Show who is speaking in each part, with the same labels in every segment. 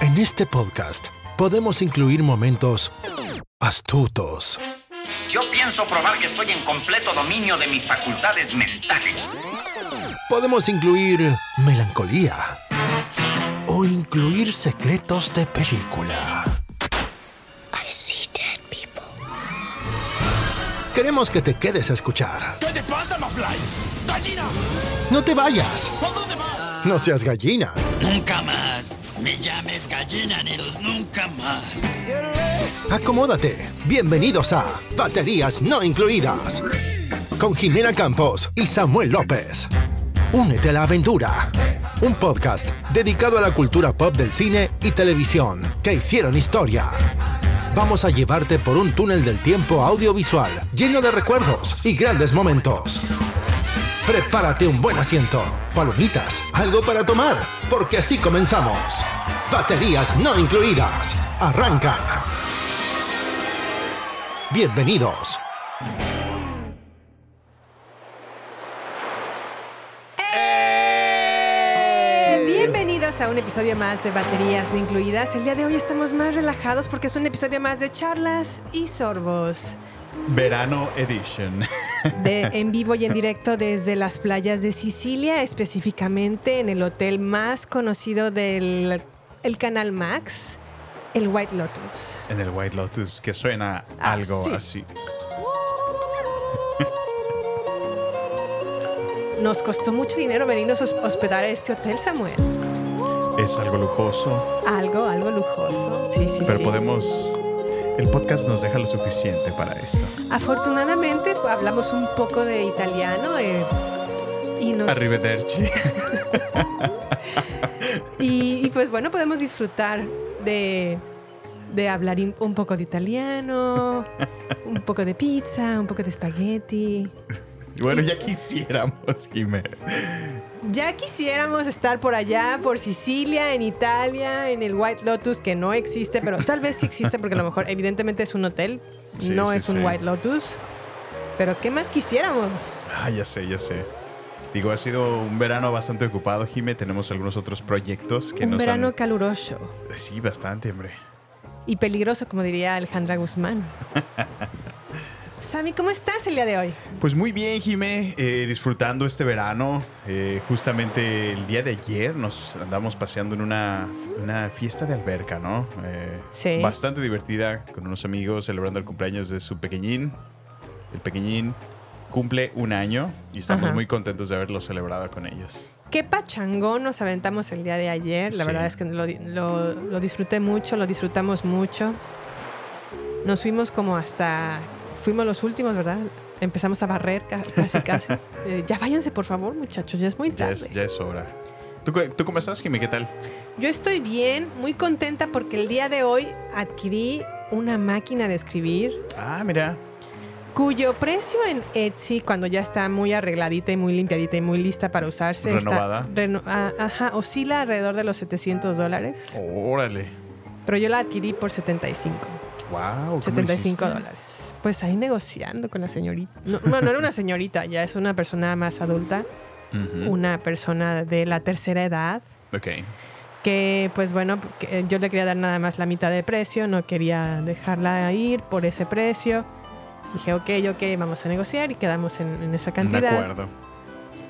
Speaker 1: En este podcast podemos incluir momentos astutos,
Speaker 2: Yo pienso probar que estoy en completo dominio de mis facultades mentales.
Speaker 1: podemos incluir melancolía o incluir secretos de película.
Speaker 3: I see dead people.
Speaker 1: Queremos que te quedes a escuchar.
Speaker 4: ¿Qué te pasa, Mafly? ¡Gallina!
Speaker 1: No te vayas,
Speaker 4: ¿A dónde vas?
Speaker 1: no seas gallina.
Speaker 4: Nunca más. Me llames gallina, Neros. Nunca más.
Speaker 1: Acomódate. Bienvenidos a Baterías No Incluidas. Con Jimena Campos y Samuel López. Únete a la aventura. Un podcast dedicado a la cultura pop del cine y televisión que hicieron historia. Vamos a llevarte por un túnel del tiempo audiovisual lleno de recuerdos y grandes momentos. Prepárate un buen asiento, palomitas, algo para tomar, porque así comenzamos. Baterías no incluidas. Arranca. Bienvenidos.
Speaker 5: Bienvenidos a un episodio más de Baterías No Incluidas. El día de hoy estamos más relajados porque es un episodio más de charlas y sorbos.
Speaker 6: Verano Edition.
Speaker 5: De, en vivo y en directo desde las playas de Sicilia, específicamente en el hotel más conocido del el canal Max, el White Lotus.
Speaker 6: En el White Lotus, que suena
Speaker 5: Ah,
Speaker 6: algo así.
Speaker 5: Nos costó mucho dinero venirnos a hos- hospedar a este hotel, Samuel.
Speaker 6: Es algo lujoso,
Speaker 5: Algo, algo lujoso. Sí, sí,
Speaker 6: pero
Speaker 5: sí.
Speaker 6: podemos... El podcast nos deja lo suficiente para esto.
Speaker 5: Afortunadamente hablamos un poco de italiano eh, y nos
Speaker 6: Arrivederci.
Speaker 5: Y, y, pues bueno, podemos disfrutar de, de hablar in- un poco de italiano, un poco de pizza, un poco de espagueti.
Speaker 6: Bueno, ya quisiéramos, Jiménez.
Speaker 5: Ya quisiéramos estar por allá, por Sicilia, en Italia, en el White Lotus, que no existe, pero tal vez sí existe porque a lo mejor evidentemente es un hotel,
Speaker 6: Sí,
Speaker 5: no
Speaker 6: sí,
Speaker 5: es un
Speaker 6: sí.
Speaker 5: White Lotus. Pero ¿qué más quisiéramos?
Speaker 6: Ah, ya sé, ya sé. Digo, ha sido un verano bastante ocupado, Jimé. Tenemos algunos otros proyectos que
Speaker 5: un
Speaker 6: nos
Speaker 5: verano
Speaker 6: han...
Speaker 5: caluroso
Speaker 6: Sí, bastante, hombre.
Speaker 5: y peligroso, como diría Alejandra Guzmán. Sammy, ¿cómo estás el día de hoy?
Speaker 6: Pues muy bien, Jimé, eh, disfrutando este verano. Eh, justamente el día de ayer nos andamos paseando en una, una fiesta de alberca, ¿no? Eh,
Speaker 5: Sí.
Speaker 6: Bastante divertida, con unos amigos celebrando el cumpleaños de su pequeñín. El pequeñín cumple un año y estamos
Speaker 5: Ajá.
Speaker 6: muy contentos de haberlo celebrado con ellos.
Speaker 5: Qué pachangón nos aventamos el día de ayer. La
Speaker 6: Sí.
Speaker 5: verdad es que lo, lo- lo disfruté mucho, lo disfrutamos mucho. Nos fuimos como hasta. Fuimos los últimos, ¿verdad? Empezamos a barrer ca- casi, casi. Eh, ya váyanse, por favor, muchachos, ya es muy
Speaker 6: Ya
Speaker 5: tarde.
Speaker 6: es, ya es hora. ¿Tú, cu- tú cómo estás, Jimé? ¿Qué tal?
Speaker 5: Yo estoy bien, muy contenta porque el día de hoy adquirí una máquina de escribir
Speaker 6: Ah, mira.
Speaker 5: cuyo precio en Etsy, cuando ya está muy arregladita y muy limpiadita y muy lista para usarse, está-
Speaker 6: Renovada.
Speaker 5: reno- ah, ajá, oscila alrededor de los 700 dólares.
Speaker 6: Órale.
Speaker 5: Pero yo la adquirí por 75.
Speaker 6: Wow.
Speaker 5: 75 dólares. Pues ahí negociando con la señorita. No, no, no era una señorita, ya es una persona más adulta, una persona de la tercera edad,
Speaker 6: Ok.
Speaker 5: que pues bueno, que yo le quería dar nada más la mitad de precio, no quería dejarla ir por ese precio. Dije, ok, ok, vamos a negociar y quedamos en, en esa
Speaker 6: De
Speaker 5: cantidad.
Speaker 6: acuerdo.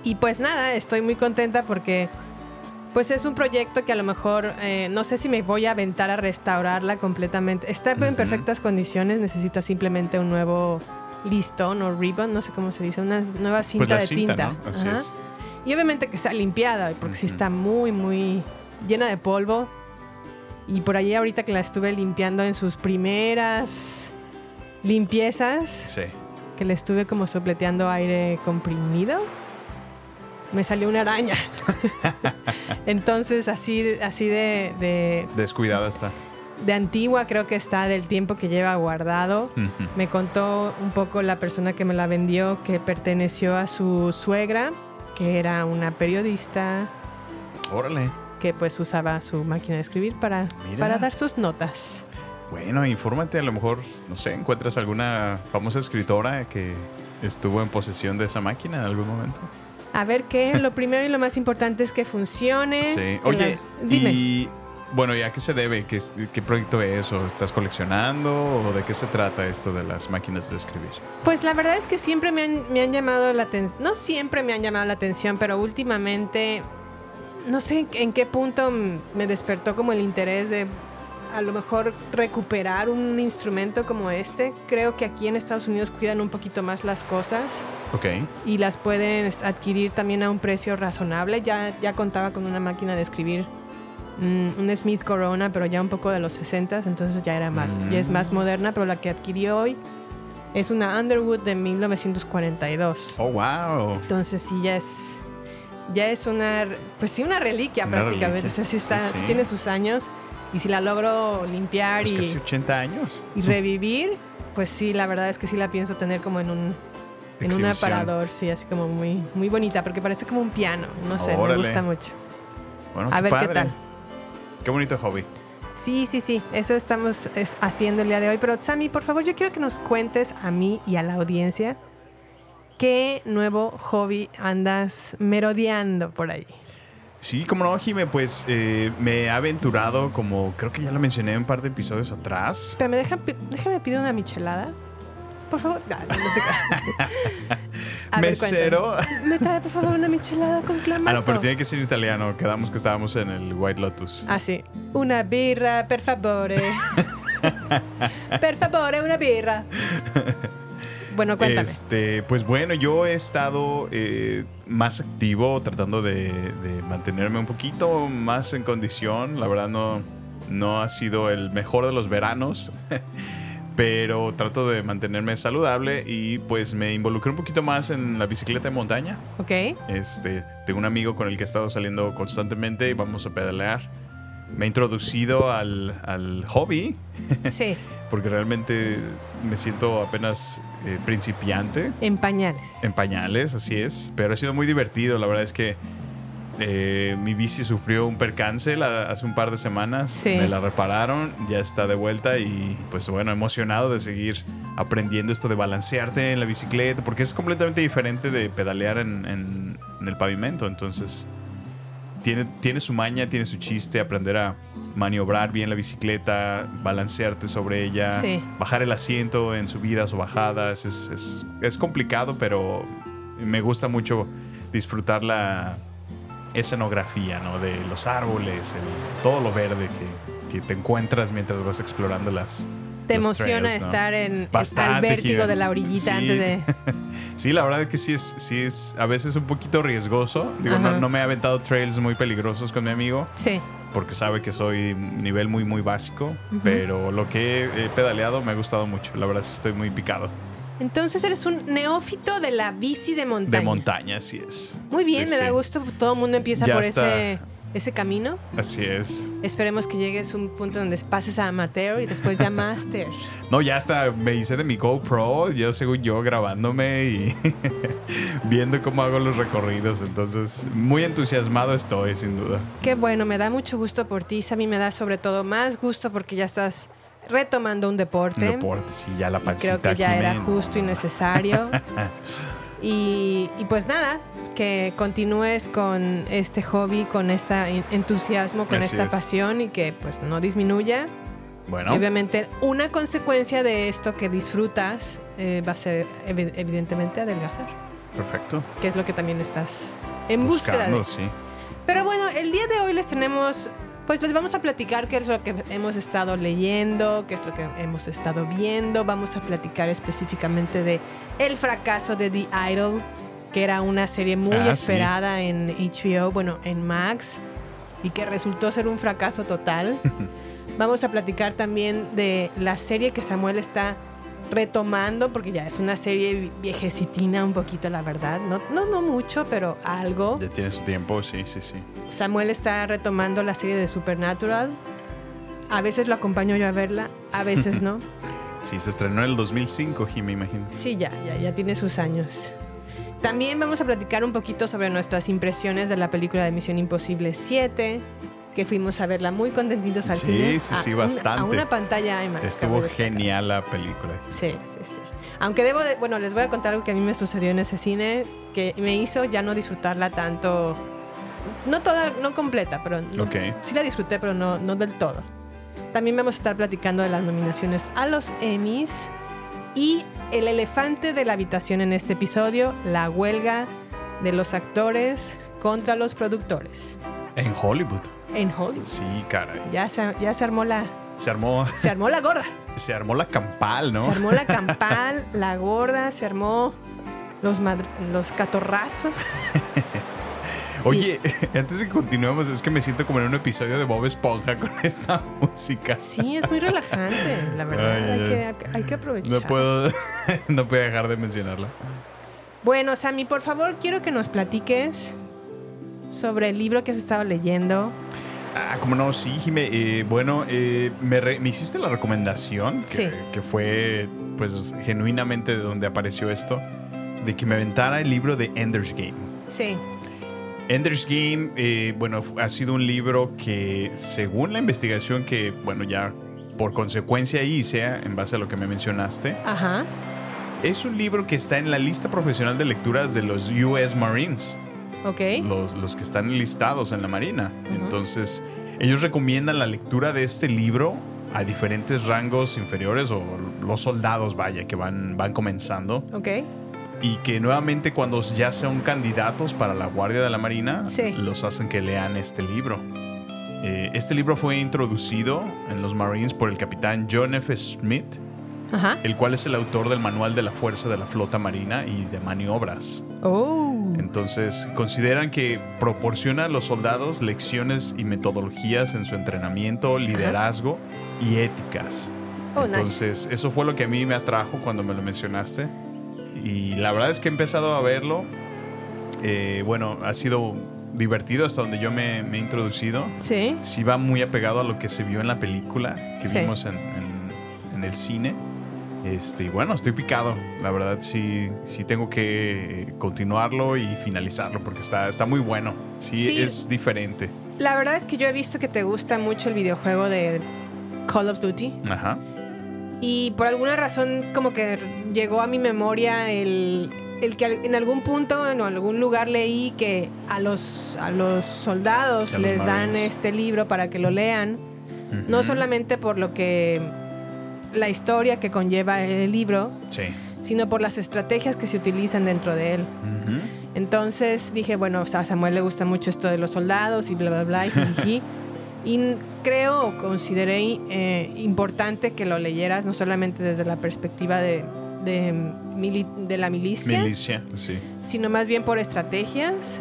Speaker 5: Y pues nada, estoy muy contenta porque pues es un proyecto que a lo mejor eh, no sé si me voy a aventar a restaurarla completamente. Está en
Speaker 6: Ujú.
Speaker 5: perfectas condiciones, necesita simplemente un nuevo listón o ribbon, no sé cómo se dice, una nueva cinta
Speaker 6: Pues la
Speaker 5: de
Speaker 6: cinta,
Speaker 5: tinta.
Speaker 6: ¿no? Así
Speaker 5: Ajá.
Speaker 6: es.
Speaker 5: Y obviamente que sea limpiada, porque sí
Speaker 6: Ujú.
Speaker 5: está muy, muy llena de polvo. Y por ahí ahorita que la estuve limpiando en sus primeras limpiezas,
Speaker 6: Sí.
Speaker 5: que le estuve como sopleteando aire comprimido, me salió una araña. Entonces, así, así de, de,
Speaker 6: Descuidada está.
Speaker 5: de antigua creo que está del tiempo que lleva guardado.
Speaker 6: Ujú.
Speaker 5: Me contó un poco la persona que me la vendió que perteneció a su suegra, que era una periodista
Speaker 6: Órale.
Speaker 5: que pues usaba su máquina de escribir para,
Speaker 6: Mira.
Speaker 5: para dar sus notas.
Speaker 6: Bueno, infórmate, a lo mejor, no sé, encuentras alguna famosa escritora que estuvo en posesión de esa máquina en algún momento.
Speaker 5: A ver qué. Lo primero y lo más importante es que funcione.
Speaker 6: Sí.
Speaker 5: Eh, Que
Speaker 6: Oye,
Speaker 5: la- dime.
Speaker 6: y bueno, ¿y a qué se debe? ¿Qué, qué proyecto es? ¿O estás coleccionando? ¿O de qué se trata esto de las máquinas de escribir?
Speaker 5: Pues la verdad es que siempre me han, me han llamado la atención. No siempre me han llamado la atención, pero últimamente. No sé en- en qué punto mm, me despertó como el interés de a lo mejor recuperar un instrumento como este. Creo que aquí en Estados Unidos cuidan un poquito más las cosas.
Speaker 6: Ok.
Speaker 5: y las puedes adquirir también a un precio razonable. Ya, ya contaba con una máquina de escribir, mm, un Smith Corona, pero ya un poco de los 60, entonces ya era más, ya
Speaker 6: Mm.
Speaker 5: es más moderna, pero la que adquirí hoy es una Underwood de 1942.
Speaker 6: Oh, wow.
Speaker 5: Entonces sí ya es ya es una pues sí una reliquia
Speaker 6: Una
Speaker 5: prácticamente,
Speaker 6: reliquia.
Speaker 5: o sea, sí
Speaker 6: Sí,
Speaker 5: está
Speaker 6: sí.
Speaker 5: sí tiene sus años y si la logro limpiar
Speaker 6: Pues
Speaker 5: y
Speaker 6: casi 80 años.
Speaker 5: y revivir, pues sí, la verdad es que sí la pienso tener como en un en un
Speaker 6: Exhibición.
Speaker 5: aparador, sí, así como muy muy bonita, porque parece como un piano, no sé,
Speaker 6: Órale.
Speaker 5: me gusta mucho.
Speaker 6: Bueno,
Speaker 5: A ver qué
Speaker 6: padre.
Speaker 5: tal.
Speaker 6: Qué bonito hobby.
Speaker 5: Sí, sí, sí, eso estamos es, haciendo el día de hoy, pero Sammy, por favor, yo quiero que nos cuentes a mí y a la audiencia qué nuevo hobby andas merodeando por ahí.
Speaker 6: Sí, como no, Jime, pues eh, me he aventurado, como creo que ya lo mencioné un par de episodios atrás.
Speaker 5: Espera, ¿me deja pi- déjame pedir una michelada. Por favor. Ah, no te- A ver,
Speaker 6: Mesero.
Speaker 5: cuéntame. Me trae por favor una michelada con clamato.
Speaker 6: Ah, no, pero tiene que ser italiano. Quedamos que estábamos en el White Lotus.
Speaker 5: Así. Ah, Una birra, per favore. per favore, una birra. Bueno, cuéntame.
Speaker 6: Este, pues bueno, yo he estado eh, más activo, tratando de, de mantenerme un poquito más en condición. La verdad no, no ha sido el mejor de los veranos, pero trato de mantenerme saludable y pues me involucré un poquito más en la bicicleta de montaña.
Speaker 5: ok.
Speaker 6: Este, tengo un amigo con el que he estado saliendo constantemente y vamos a pedalear. Me he introducido al, al hobby
Speaker 5: Sí,
Speaker 6: porque realmente me siento apenas eh, principiante
Speaker 5: en pañales.
Speaker 6: en pañales, así es. Pero ha sido muy divertido. La verdad es que eh, mi bici sufrió un percance la- hace un par de semanas.
Speaker 5: Sí.
Speaker 6: Me la repararon, ya está de vuelta y pues bueno, emocionado de seguir aprendiendo esto de balancearte en la bicicleta, porque es completamente diferente de pedalear en, en- en el pavimento. Entonces, tiene, tiene su maña, tiene su chiste, aprender a maniobrar bien la bicicleta, balancearte sobre ella,
Speaker 5: Sí.
Speaker 6: bajar el asiento en subidas o bajadas. Es, es- es complicado, pero me gusta mucho disfrutar la escenografía, ¿no? De los árboles, el- todo lo verde que, que te encuentras mientras vas explorando las...
Speaker 5: Te
Speaker 6: los
Speaker 5: emociona
Speaker 6: trails, ¿no?
Speaker 5: estar en
Speaker 6: Bastante,
Speaker 5: al vértigo
Speaker 6: Jimena.
Speaker 5: de la orillita
Speaker 6: Sí.
Speaker 5: antes de.
Speaker 6: Sí, la verdad que sí es, sí es a veces un poquito riesgoso. Digo, no,
Speaker 5: Ajá.
Speaker 6: no me he aventado trails muy peligrosos con mi amigo
Speaker 5: Sí.
Speaker 6: porque sabe que soy nivel muy, muy básico. Pero lo que he pedaleado me ha gustado mucho. La verdad sí estoy muy picado.
Speaker 5: Entonces eres un neófito de la bici de montaña.
Speaker 6: De montaña, así es.
Speaker 5: Muy bien,
Speaker 6: Sí,
Speaker 5: me da
Speaker 6: sí.
Speaker 5: gusto. Todo el mundo empieza
Speaker 6: Ya
Speaker 5: por
Speaker 6: está.
Speaker 5: ese, ese camino.
Speaker 6: Así es.
Speaker 5: Esperemos que llegues a un punto donde pases a amateur y después ya master.
Speaker 6: No, ya hasta me hice de mi GoPro, yo según yo grabándome y viendo cómo hago los recorridos. Entonces, muy entusiasmado estoy, sin duda.
Speaker 5: Qué bueno, me da mucho gusto por ti. A mí me da sobre todo más gusto porque ya estás retomando un deporte.
Speaker 6: Deporte, sí, ya la
Speaker 5: Y
Speaker 6: pancita.
Speaker 5: creo que ya era
Speaker 6: Jimena.
Speaker 5: justo y necesario. y, y pues nada, que continúes con este hobby, con este entusiasmo, con
Speaker 6: Así
Speaker 5: esta
Speaker 6: es.
Speaker 5: pasión y que pues no disminuya.
Speaker 6: Bueno,
Speaker 5: Y obviamente una consecuencia de esto que disfrutas eh, va a ser evi- evidentemente adelgazar,
Speaker 6: perfecto.
Speaker 5: que es lo que también estás en búsqueda de.
Speaker 6: Buscando, sí.
Speaker 5: Pero bueno, el día de hoy les tenemos, pues les vamos a platicar qué es lo que hemos estado leyendo, qué es lo que hemos estado viendo. Vamos a platicar específicamente de el fracaso de The Idol, que era una serie muy
Speaker 6: Ah, sí.
Speaker 5: esperada en HBO, bueno, en Max, y que resultó ser un fracaso total. Vamos a platicar también de la serie que Samuel está retomando, porque ya es una serie viejecitina un poquito, la verdad. No, no, no mucho, pero algo.
Speaker 6: Ya tiene su tiempo, sí, sí, sí.
Speaker 5: Samuel está retomando la serie de Supernatural. A veces lo acompaño yo a verla, a veces no.
Speaker 6: Sí, se estrenó en el 2005, Jimmy, imagino.
Speaker 5: Sí, ya, ya, ya tiene sus años. También vamos a platicar un poquito sobre nuestras impresiones de la película de Misión Imposible 7, que fuimos a verla muy contentitos al
Speaker 6: Sí,
Speaker 5: cine.
Speaker 6: sí,
Speaker 5: a
Speaker 6: sí,
Speaker 5: una-
Speaker 6: bastante.
Speaker 5: a una pantalla IMAX.
Speaker 6: Estuvo
Speaker 5: cabe destacar.
Speaker 6: genial la película.
Speaker 5: Sí, sí, sí. Aunque debo de- bueno, les voy a contar algo que a mí me sucedió en ese cine. que me hizo ya no disfrutarla tanto. No toda, no completa, pero no-
Speaker 6: Ok.
Speaker 5: sí la disfruté, pero no, no del todo. También vamos a estar platicando de las nominaciones a los Emmys y el elefante de la habitación en este episodio, la huelga de los actores contra los productores
Speaker 6: En Hollywood.
Speaker 5: en Hollywood.
Speaker 6: Sí, caray.
Speaker 5: Ya se, ya se armó la
Speaker 6: Se armó,
Speaker 5: se armó la gorda.
Speaker 6: se armó la campal,
Speaker 5: Se
Speaker 6: ¿no?
Speaker 5: armó la campal, la gorda, se armó los, madr- los catorrazos.
Speaker 6: Oye, antes de que continuemos, es que me siento como en un episodio de Bob Esponja con esta música.
Speaker 5: Sí, es muy relajante, la verdad.
Speaker 6: Ay,
Speaker 5: hay,
Speaker 6: ay,
Speaker 5: que, hay que aprovechar.
Speaker 6: No puedo, no puedo dejar de mencionarla.
Speaker 5: Bueno, Sammy, por favor, quiero que nos platiques sobre el libro que has estado leyendo.
Speaker 6: Ah, como no, sí, Jime. Eh, bueno, eh, me, re- me hiciste la recomendación, que,
Speaker 5: Sí.
Speaker 6: que fue pues genuinamente de donde apareció esto, de que me aventara el libro de Ender's Game.
Speaker 5: Sí,
Speaker 6: Ender's Game, eh, bueno, fu- ha sido un libro que, según la investigación que, bueno, ya por consecuencia hice, en base a lo que me mencionaste,
Speaker 5: ajá.
Speaker 6: es un libro que está en la lista profesional de lecturas de los US Marines
Speaker 5: Ok.
Speaker 6: los, los que están listados en la Marina.
Speaker 5: Ujú.
Speaker 6: Entonces, ellos recomiendan la lectura de este libro a diferentes rangos inferiores o los soldados, vaya, que van, van comenzando.
Speaker 5: Ok.
Speaker 6: Y que nuevamente cuando ya sean candidatos para la Guardia de la Marina,
Speaker 5: Sí.
Speaker 6: los hacen que lean este libro. Eh, este libro fue introducido en los Marines por el capitán John F. Smith,
Speaker 5: Ajá.
Speaker 6: el cual es el autor del Manual de la Fuerza de la Flota Marina y de Maniobras.
Speaker 5: Oh.
Speaker 6: Entonces, consideran que proporciona a los soldados lecciones y metodologías en su entrenamiento, liderazgo y éticas.
Speaker 5: Oh, nice.
Speaker 6: Entonces, eso fue lo que a mí me atrajo cuando me lo mencionaste. Y la verdad es que he empezado a verlo. Eh, bueno, ha sido divertido hasta donde yo me, me he introducido.
Speaker 5: Sí.
Speaker 6: Sí va muy apegado a lo que se vio en la película que
Speaker 5: Sí.
Speaker 6: vimos en, en- en el cine. Este, y bueno, estoy picado. La verdad, sí, sí tengo que eh, continuarlo y finalizarlo porque está, está muy bueno. Sí,
Speaker 5: Sí.
Speaker 6: es diferente.
Speaker 5: La verdad es que yo he visto que te gusta mucho el videojuego de Call of Duty.
Speaker 6: Ajá.
Speaker 5: Y por alguna razón como que llegó a mi memoria el, el que al- en algún punto, en algún lugar leí que a los, a los soldados
Speaker 6: Que a los
Speaker 5: les dan
Speaker 6: marines.
Speaker 5: este libro para que lo lean, no
Speaker 6: Ujú.
Speaker 5: solamente por lo que la historia que conlleva el libro,
Speaker 6: Sí.
Speaker 5: sino por las estrategias que se utilizan dentro de él.
Speaker 6: Ujú.
Speaker 5: Entonces dije, bueno, o sea, a Samuel le gusta mucho esto de los soldados y bla, bla, bla, y jijiji. Y n- creo o consideré eh, importante que lo leyeras, no solamente desde la perspectiva de, de, mili- de la milicia,
Speaker 6: Milicia, sí.
Speaker 5: sino más bien por estrategias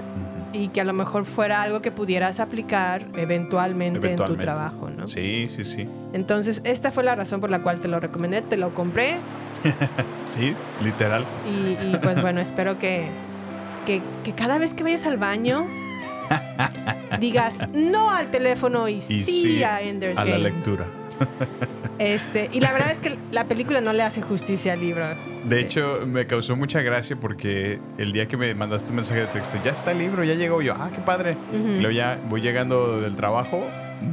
Speaker 6: Ujú.
Speaker 5: y que a lo mejor fuera algo que pudieras aplicar eventualmente, en tu
Speaker 6: Eventualmente.
Speaker 5: trabajo, ¿no?
Speaker 6: Sí, sí, sí.
Speaker 5: Entonces, esta fue la razón por la cual te lo recomendé, te lo compré
Speaker 6: Sí, literal.
Speaker 5: Y, y, pues bueno, espero que, que, que cada vez que vayas al baño digas no al teléfono y,
Speaker 6: Y
Speaker 5: sí,
Speaker 6: sí,
Speaker 5: a Ender's
Speaker 6: a la
Speaker 5: Game.
Speaker 6: lectura.
Speaker 5: Este, y la verdad es que la película no le hace justicia al libro.
Speaker 6: De hecho, me causó mucha gracia porque el día que me mandaste un mensaje de texto, ya está el libro, ya llegó Y yo, ah, qué padre.
Speaker 5: Ujú.
Speaker 6: Y luego ya voy llegando del trabajo,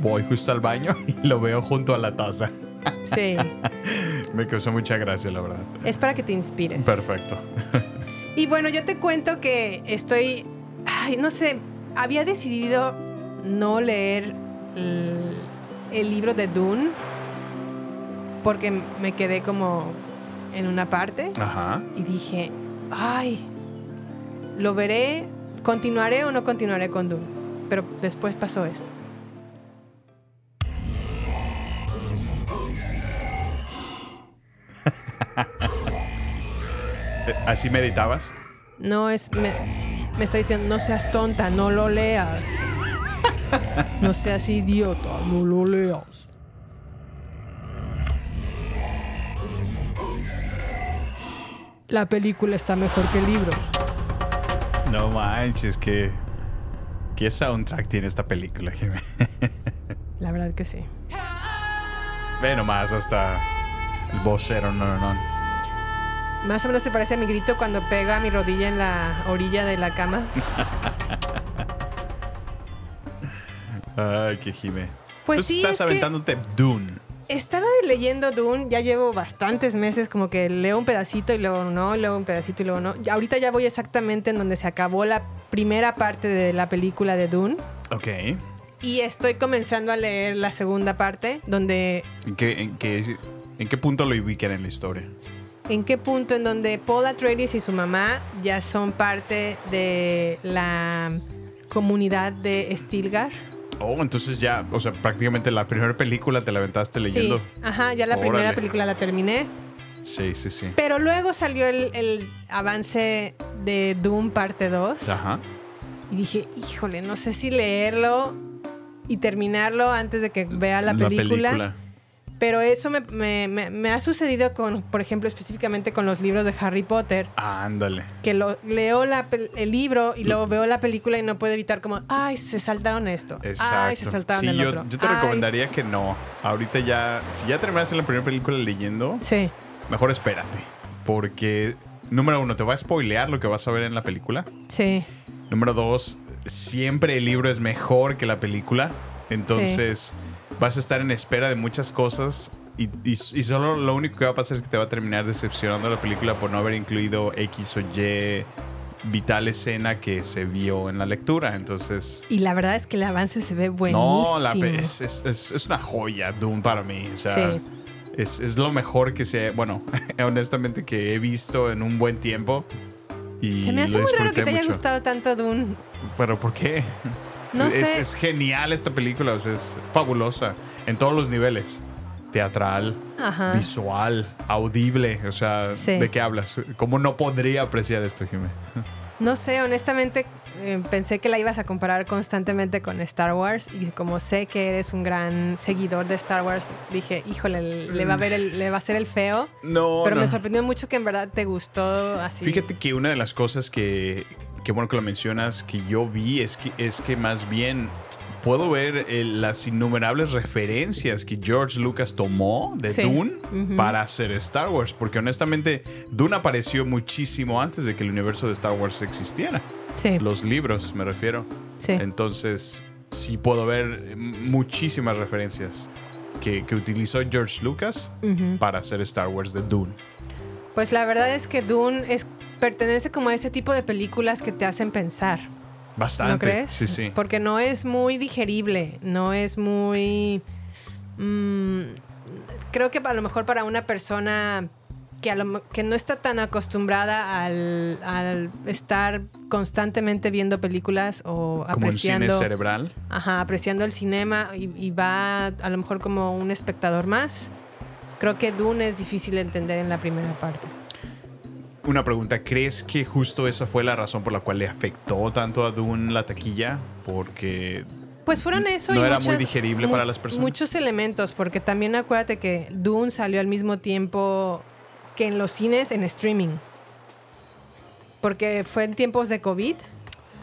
Speaker 6: voy justo al baño y lo veo junto a la taza.
Speaker 5: Sí,
Speaker 6: Me causó mucha gracia, la verdad.
Speaker 5: es para que te inspires.
Speaker 6: Perfecto.
Speaker 5: Y bueno, yo te cuento que estoy, ay, no sé, había decidido no leer el, el libro de Dune porque me quedé como en una parte.
Speaker 6: Ajá.
Speaker 5: y dije, ay, lo veré, continuaré o no continuaré con Dune. Pero después pasó esto.
Speaker 6: Eh, ¿Así meditabas?
Speaker 5: No es, me, me está diciendo, no seas tonta, no lo leas. No seas idiota, no lo leas. La película está mejor que el libro.
Speaker 6: No manches, que... ¿Qué soundtrack tiene esta película, Jimé?
Speaker 5: La verdad que sí.
Speaker 6: Ve nomás hasta el vocero, no, no, no.
Speaker 5: Más o menos se parece a mi grito cuando pega mi rodilla en la orilla de la cama.
Speaker 6: Ay, qué Jimé.
Speaker 5: Pues
Speaker 6: Tú
Speaker 5: sí,
Speaker 6: estás
Speaker 5: es que-
Speaker 6: Pues aventándote Dune.
Speaker 5: Estaba leyendo Dune, ya llevo bastantes meses, como que leo un pedacito y luego no, leo un pedacito y luego no. Ya, ahorita ya voy exactamente en donde se acabó la primera parte de la película de Dune
Speaker 6: Ok. ¿En
Speaker 5: y estoy comenzando a leer la segunda parte, donde
Speaker 6: qué, en, qué, en qué punto lo ubican en la historia?
Speaker 5: en qué punto en donde Paul Atreides y su mamá ya son parte de la comunidad de Stilgar.
Speaker 6: Oh, entonces ya, o sea, prácticamente la primera película te la aventaste leyendo.
Speaker 5: Sí, ajá, ya la primera
Speaker 6: Órale.
Speaker 5: película la terminé.
Speaker 6: Sí, sí, sí.
Speaker 5: Pero luego salió el, el avance de Doom parte 2
Speaker 6: Ajá.
Speaker 5: y dije, híjole, no sé si leerlo y terminarlo antes de que vea la película. Pero eso me, me- me- me ha sucedido con, por ejemplo, específicamente con los libros de Harry Potter,
Speaker 6: Ah, ándale.
Speaker 5: que lo, leo la pel- el libro y luego veo la película y no puedo evitar como, ay, se saltaron esto.
Speaker 6: Exacto.
Speaker 5: Ay, se saltaron
Speaker 6: sí,
Speaker 5: el
Speaker 6: yo,
Speaker 5: otro.
Speaker 6: yo te
Speaker 5: Ay".
Speaker 6: recomendaría que no. Ahorita ya, si ya terminaste la primera película leyendo,
Speaker 5: Sí,
Speaker 6: mejor espérate. Porque, número uno, te va a spoilear lo que vas a ver en la película.
Speaker 5: sí.
Speaker 6: Número dos, siempre el libro es mejor que la película. Entonces, vas a estar en espera de muchas cosas. Y, y- y solo lo único que va a pasar es que te va a terminar decepcionando la película por no haber incluido X o Y vital escena que se vio en la lectura. Entonces,
Speaker 5: Y la verdad es que el avance se ve buenísimo.
Speaker 6: no, la, pe- es, es- es- es una joya Doom para mí. O sea,
Speaker 5: Sí.
Speaker 6: es, es lo mejor que se. Bueno, honestamente, que he visto en un buen tiempo. Y
Speaker 5: Se me hace
Speaker 6: lo
Speaker 5: muy raro que
Speaker 6: disfruté
Speaker 5: te haya
Speaker 6: mucho.
Speaker 5: gustado tanto Dune.
Speaker 6: ¿Pero por qué?
Speaker 5: No
Speaker 6: es,
Speaker 5: sé.
Speaker 6: es genial esta película, o sea, es fabulosa en todos los niveles. Teatral,
Speaker 5: Ajá.
Speaker 6: visual, audible, o sea,
Speaker 5: Ah. Sí.
Speaker 6: ¿de qué hablas? ¿Cómo no podría apreciar esto, Jimé?
Speaker 5: No sé, honestamente eh, pensé que la ibas a comparar constantemente con Star Wars y como sé que eres un gran seguidor de Star Wars, dije, híjole, le va a ver el, le va a ser el feo.
Speaker 6: No,
Speaker 5: Pero me sorprendió mucho que en verdad te gustó así.
Speaker 6: Fíjate que una de las cosas que, que bueno que lo mencionas, que yo vi es que, es que más bien puedo ver eh, las innumerables referencias que George Lucas tomó de
Speaker 5: Sí.
Speaker 6: Dune
Speaker 5: Ujú.
Speaker 6: para hacer Star Wars, porque honestamente Dune apareció muchísimo antes de que el universo de Star Wars existiera.
Speaker 5: Sí,
Speaker 6: Los libros, me refiero.
Speaker 5: sí.
Speaker 6: Entonces, sí puedo ver eh, muchísimas referencias que, que utilizó George Lucas
Speaker 5: Ujú.
Speaker 6: para hacer Star Wars de Dune.
Speaker 5: Pues la verdad es que Dune es, pertenece como a ese tipo de películas que te hacen pensar.
Speaker 6: Bastante.
Speaker 5: ¿No crees?
Speaker 6: Sí, sí.
Speaker 5: Porque no es muy digerible, no es muy... mm, creo que a lo mejor para una persona que, a lo mo- que no está tan acostumbrada al, al estar constantemente viendo películas o
Speaker 6: Como un cine
Speaker 5: apreciando...
Speaker 6: cerebral.
Speaker 5: Ajá, apreciando el cinema y, y va a lo mejor como un espectador más. Creo que Dune es difícil de entender en la primera parte.
Speaker 6: Una pregunta, ¿crees que justo esa fue la razón por la cual le afectó tanto a Dune la taquilla? Porque...
Speaker 5: Pues fueron eso
Speaker 6: No
Speaker 5: y
Speaker 6: era
Speaker 5: muchas-
Speaker 6: muy digerible para las personas.
Speaker 5: Muchos elementos, porque también acuérdate que Dune salió al mismo tiempo que en los cines en streaming. Porque fue en tiempos de COVID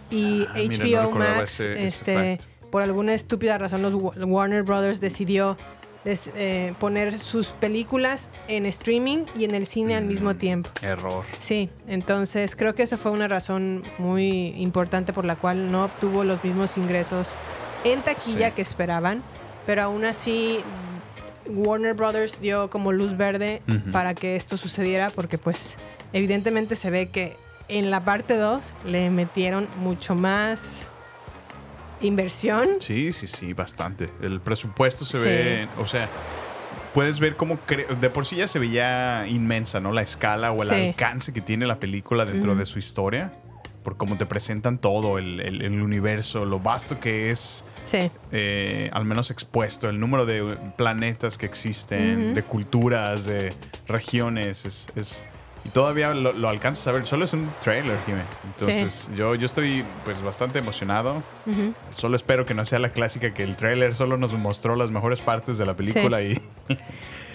Speaker 5: y
Speaker 6: Ah, mira, no
Speaker 5: HBO
Speaker 6: recordaba
Speaker 5: Max,
Speaker 6: ese- ese
Speaker 5: este, por alguna estúpida razón, los Wa- Warner Brothers decidió des- eh, poner sus películas en streaming y en el cine al mismo
Speaker 6: Mm.
Speaker 5: tiempo.
Speaker 6: Error.
Speaker 5: Sí, entonces creo que esa fue una razón muy importante por la cual no obtuvo los mismos ingresos en taquilla
Speaker 6: Sí.
Speaker 5: que esperaban, pero aún así Warner Brothers dio como luz verde
Speaker 6: Ujú.
Speaker 5: para que esto sucediera porque pues evidentemente se ve que en la parte 2 le metieron mucho más inversión.
Speaker 6: Sí, sí, sí, bastante. El presupuesto se
Speaker 5: Sí.
Speaker 6: ve, o sea, puedes ver cómo cre- de por sí ya se veía inmensa, ¿no? La escala o el
Speaker 5: Sí.
Speaker 6: alcance que tiene la película dentro
Speaker 5: Ujú.
Speaker 6: de su historia, por cómo te presentan todo, el, el- el universo, lo vasto que es,
Speaker 5: Sí,
Speaker 6: eh, al menos expuesto, el número de planetas que existen,
Speaker 5: Ujú.
Speaker 6: de culturas, de regiones, es, es- y todavía lo, lo alcanzas a ver. Solo es un trailer, Jimé. Entonces, yo, yo estoy pues bastante emocionado.
Speaker 5: ujú.
Speaker 6: Solo espero que no sea la clásica que el trailer solo nos mostró las mejores partes de la película y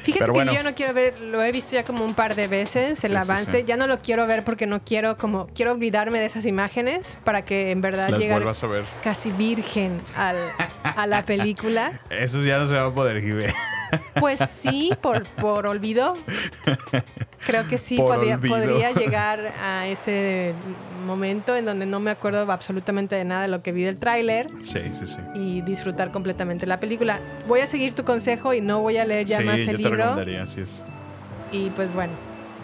Speaker 5: Fíjate
Speaker 6: Pero bueno.
Speaker 5: que yo no quiero ver, lo he visto ya como un par de veces, el
Speaker 6: Sí, sí,
Speaker 5: avance,
Speaker 6: sí.
Speaker 5: ya no lo quiero ver porque no quiero como, quiero olvidarme de esas imágenes para que en verdad
Speaker 6: las
Speaker 5: llegar
Speaker 6: vuelvas a ver.
Speaker 5: casi virgen al- a la película.
Speaker 6: Eso ya no se va a poder, Jive.
Speaker 5: Pues sí, por, por olvido. Creo que sí
Speaker 6: Por
Speaker 5: podría,
Speaker 6: olvido.
Speaker 5: podría llegar a ese momento en donde no me acuerdo absolutamente de nada de lo que vi del tráiler
Speaker 6: Sí, sí, sí.
Speaker 5: y disfrutar completamente la película. Voy a seguir tu consejo y no voy a leer ya
Speaker 6: sí,
Speaker 5: más
Speaker 6: yo
Speaker 5: el
Speaker 6: te
Speaker 5: libro.
Speaker 6: recomendaría, así es.
Speaker 5: Y pues bueno,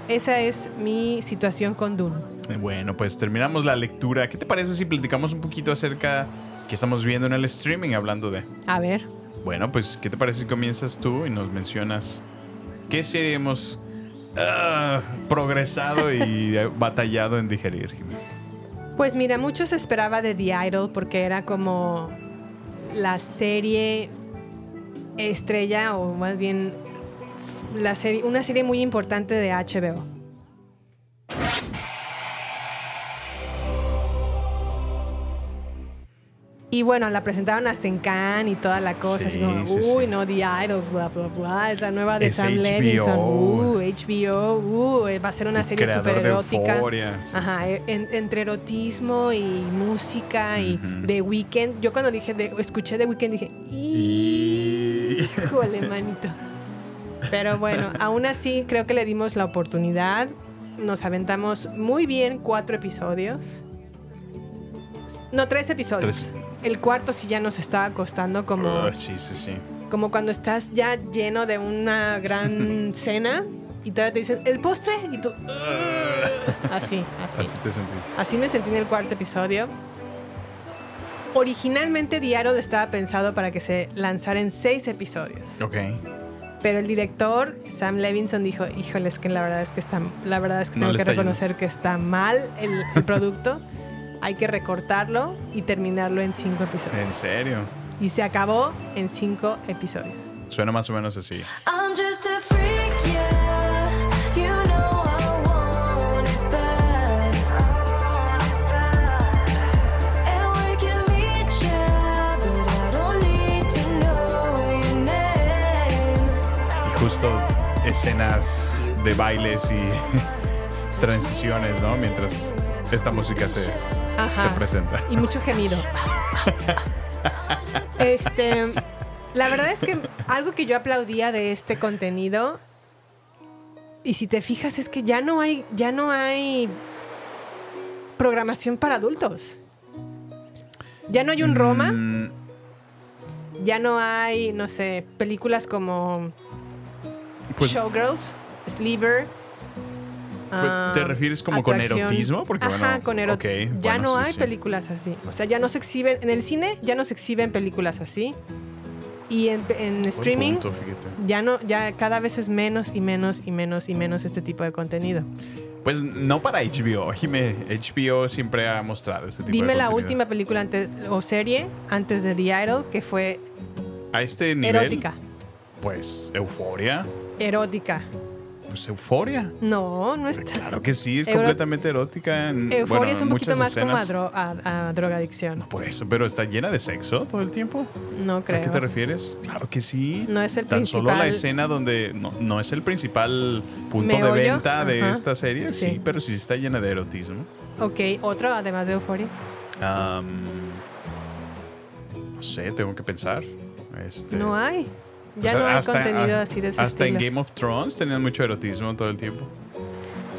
Speaker 5: esa es mi situación con Dune.
Speaker 6: Eh, Bueno, pues terminamos la lectura. ¿Qué te parece si platicamos un poquito acerca que estamos viendo en el streaming hablando de?
Speaker 5: A ver,
Speaker 6: Bueno, pues ¿qué te parece si comienzas tú y nos mencionas qué serie hemos ah, progresado y eh, batallado en digerir? Jimena?
Speaker 5: pues mira, mucho se esperaba de The Idol porque era como la serie estrella o más bien la serie, una serie muy importante de HBO. Y bueno, la presentaron hasta en Cannes y toda la cosa. así
Speaker 6: Sí,
Speaker 5: como,
Speaker 6: sí,
Speaker 5: uy,
Speaker 6: sí.
Speaker 5: no, The Idol, bla, bla, bla. Es la nueva de
Speaker 6: Es
Speaker 5: Sam
Speaker 6: HBO.
Speaker 5: Levinson. Uh, HBO, uh, eh, va a ser una
Speaker 6: El
Speaker 5: serie
Speaker 6: creador
Speaker 5: súper
Speaker 6: de
Speaker 5: erótica.
Speaker 6: Euphoria, sí,
Speaker 5: Ajá,
Speaker 6: sí.
Speaker 5: e- en- entre erotismo y música y
Speaker 6: Ujú.
Speaker 5: The Weeknd. Yo cuando dije, The- escuché The Weeknd dije, híjole, manito. Pero bueno, aún así creo que le dimos la oportunidad. Nos aventamos muy bien cuatro episodios. No, tres episodios.
Speaker 6: Tres.
Speaker 5: El cuarto sí ya nos estaba costando como,
Speaker 6: Ah, sí, sí, sí.
Speaker 5: como cuando estás ya lleno de una gran cena y todavía te dicen, el postre, y tú... así, así.
Speaker 6: Así te sentiste.
Speaker 5: Así me sentí en el cuarto episodio. Originalmente Diario estaba pensado para que se lanzara en seis episodios.
Speaker 6: Ok.
Speaker 5: Pero el director, Sam Levinson, dijo, híjoles, que la verdad es que está, la verdad es que
Speaker 6: No
Speaker 5: tengo
Speaker 6: le
Speaker 5: que
Speaker 6: está yendo".
Speaker 5: reconocer que está mal el, el producto. Hay que recortarlo y terminarlo en cinco
Speaker 6: En
Speaker 5: episodios.
Speaker 6: serio.
Speaker 5: Y se acabó en cinco episodios.
Speaker 6: Suena más o menos así.
Speaker 7: I'm just a freak, yeah. You know I want it bad. And we can meet, yeah, but I don't need to know your name.
Speaker 6: Y justo escenas de bailes y transiciones, ¿no? Mientras esta música se, se presenta.
Speaker 5: Y mucho gemido. Este, la verdad es que algo que yo aplaudía de este contenido y si te fijas es que ya no hay ya no hay programación para adultos. Ya no hay un Roma,
Speaker 6: Mm,
Speaker 5: ya no hay, no sé, películas como
Speaker 6: pues
Speaker 5: Showgirls, Sliver. um,
Speaker 6: Pues, ¿te refieres como con erotismo? Porque,
Speaker 5: Ajá,
Speaker 6: bueno,
Speaker 5: con erotismo.
Speaker 6: ok,
Speaker 5: ya
Speaker 6: bueno,
Speaker 5: no
Speaker 6: sí,
Speaker 5: hay
Speaker 6: sí.
Speaker 5: películas así. O sea, ya no se exhiben. En el cine ya no se exhiben películas así. Y en, en
Speaker 6: buen
Speaker 5: streaming
Speaker 6: punto, fíjate.
Speaker 5: ya no, ya cada vez es menos y menos y menos y menos este tipo de contenido.
Speaker 6: Pues no para HBO, Jime. HBO siempre ha mostrado este tipo de
Speaker 5: Dime la
Speaker 6: contenido.
Speaker 5: última película antes, o serie antes de The Idol que fue
Speaker 6: A este nivel,
Speaker 5: erótica.
Speaker 6: pues Euforia.
Speaker 5: Erótica.
Speaker 6: Pues Euforia.
Speaker 5: No, no está.
Speaker 6: Pues Claro que sí, es
Speaker 5: Euro-
Speaker 6: completamente erótica. en-
Speaker 5: Euforia
Speaker 6: bueno,
Speaker 5: es
Speaker 6: en
Speaker 5: un poquito
Speaker 6: muchas
Speaker 5: más como a, dro-
Speaker 6: escenas.
Speaker 5: a- a drogadicción.
Speaker 6: Por eso, pero está llena de sexo todo el tiempo.
Speaker 5: No creo.
Speaker 6: ¿A qué te refieres? Claro que sí.
Speaker 5: No es el
Speaker 6: Tan solo la
Speaker 5: principal-
Speaker 6: escena donde no, no es el principal punto
Speaker 5: Meollo,
Speaker 6: de venta de
Speaker 5: ajá.
Speaker 6: esta serie, sí.
Speaker 5: Sí.
Speaker 6: pero sí está llena de erotismo.
Speaker 5: Ok, otro además de Euforia.
Speaker 6: Am, no sé, tengo que pensar. Este,
Speaker 5: No hay. Ya
Speaker 6: o sea,
Speaker 5: no hay
Speaker 6: hasta-
Speaker 5: contenido
Speaker 6: a-
Speaker 5: así de ese
Speaker 6: Hasta en
Speaker 5: estilo.
Speaker 6: Game of Thrones tenían mucho erotismo todo el tiempo.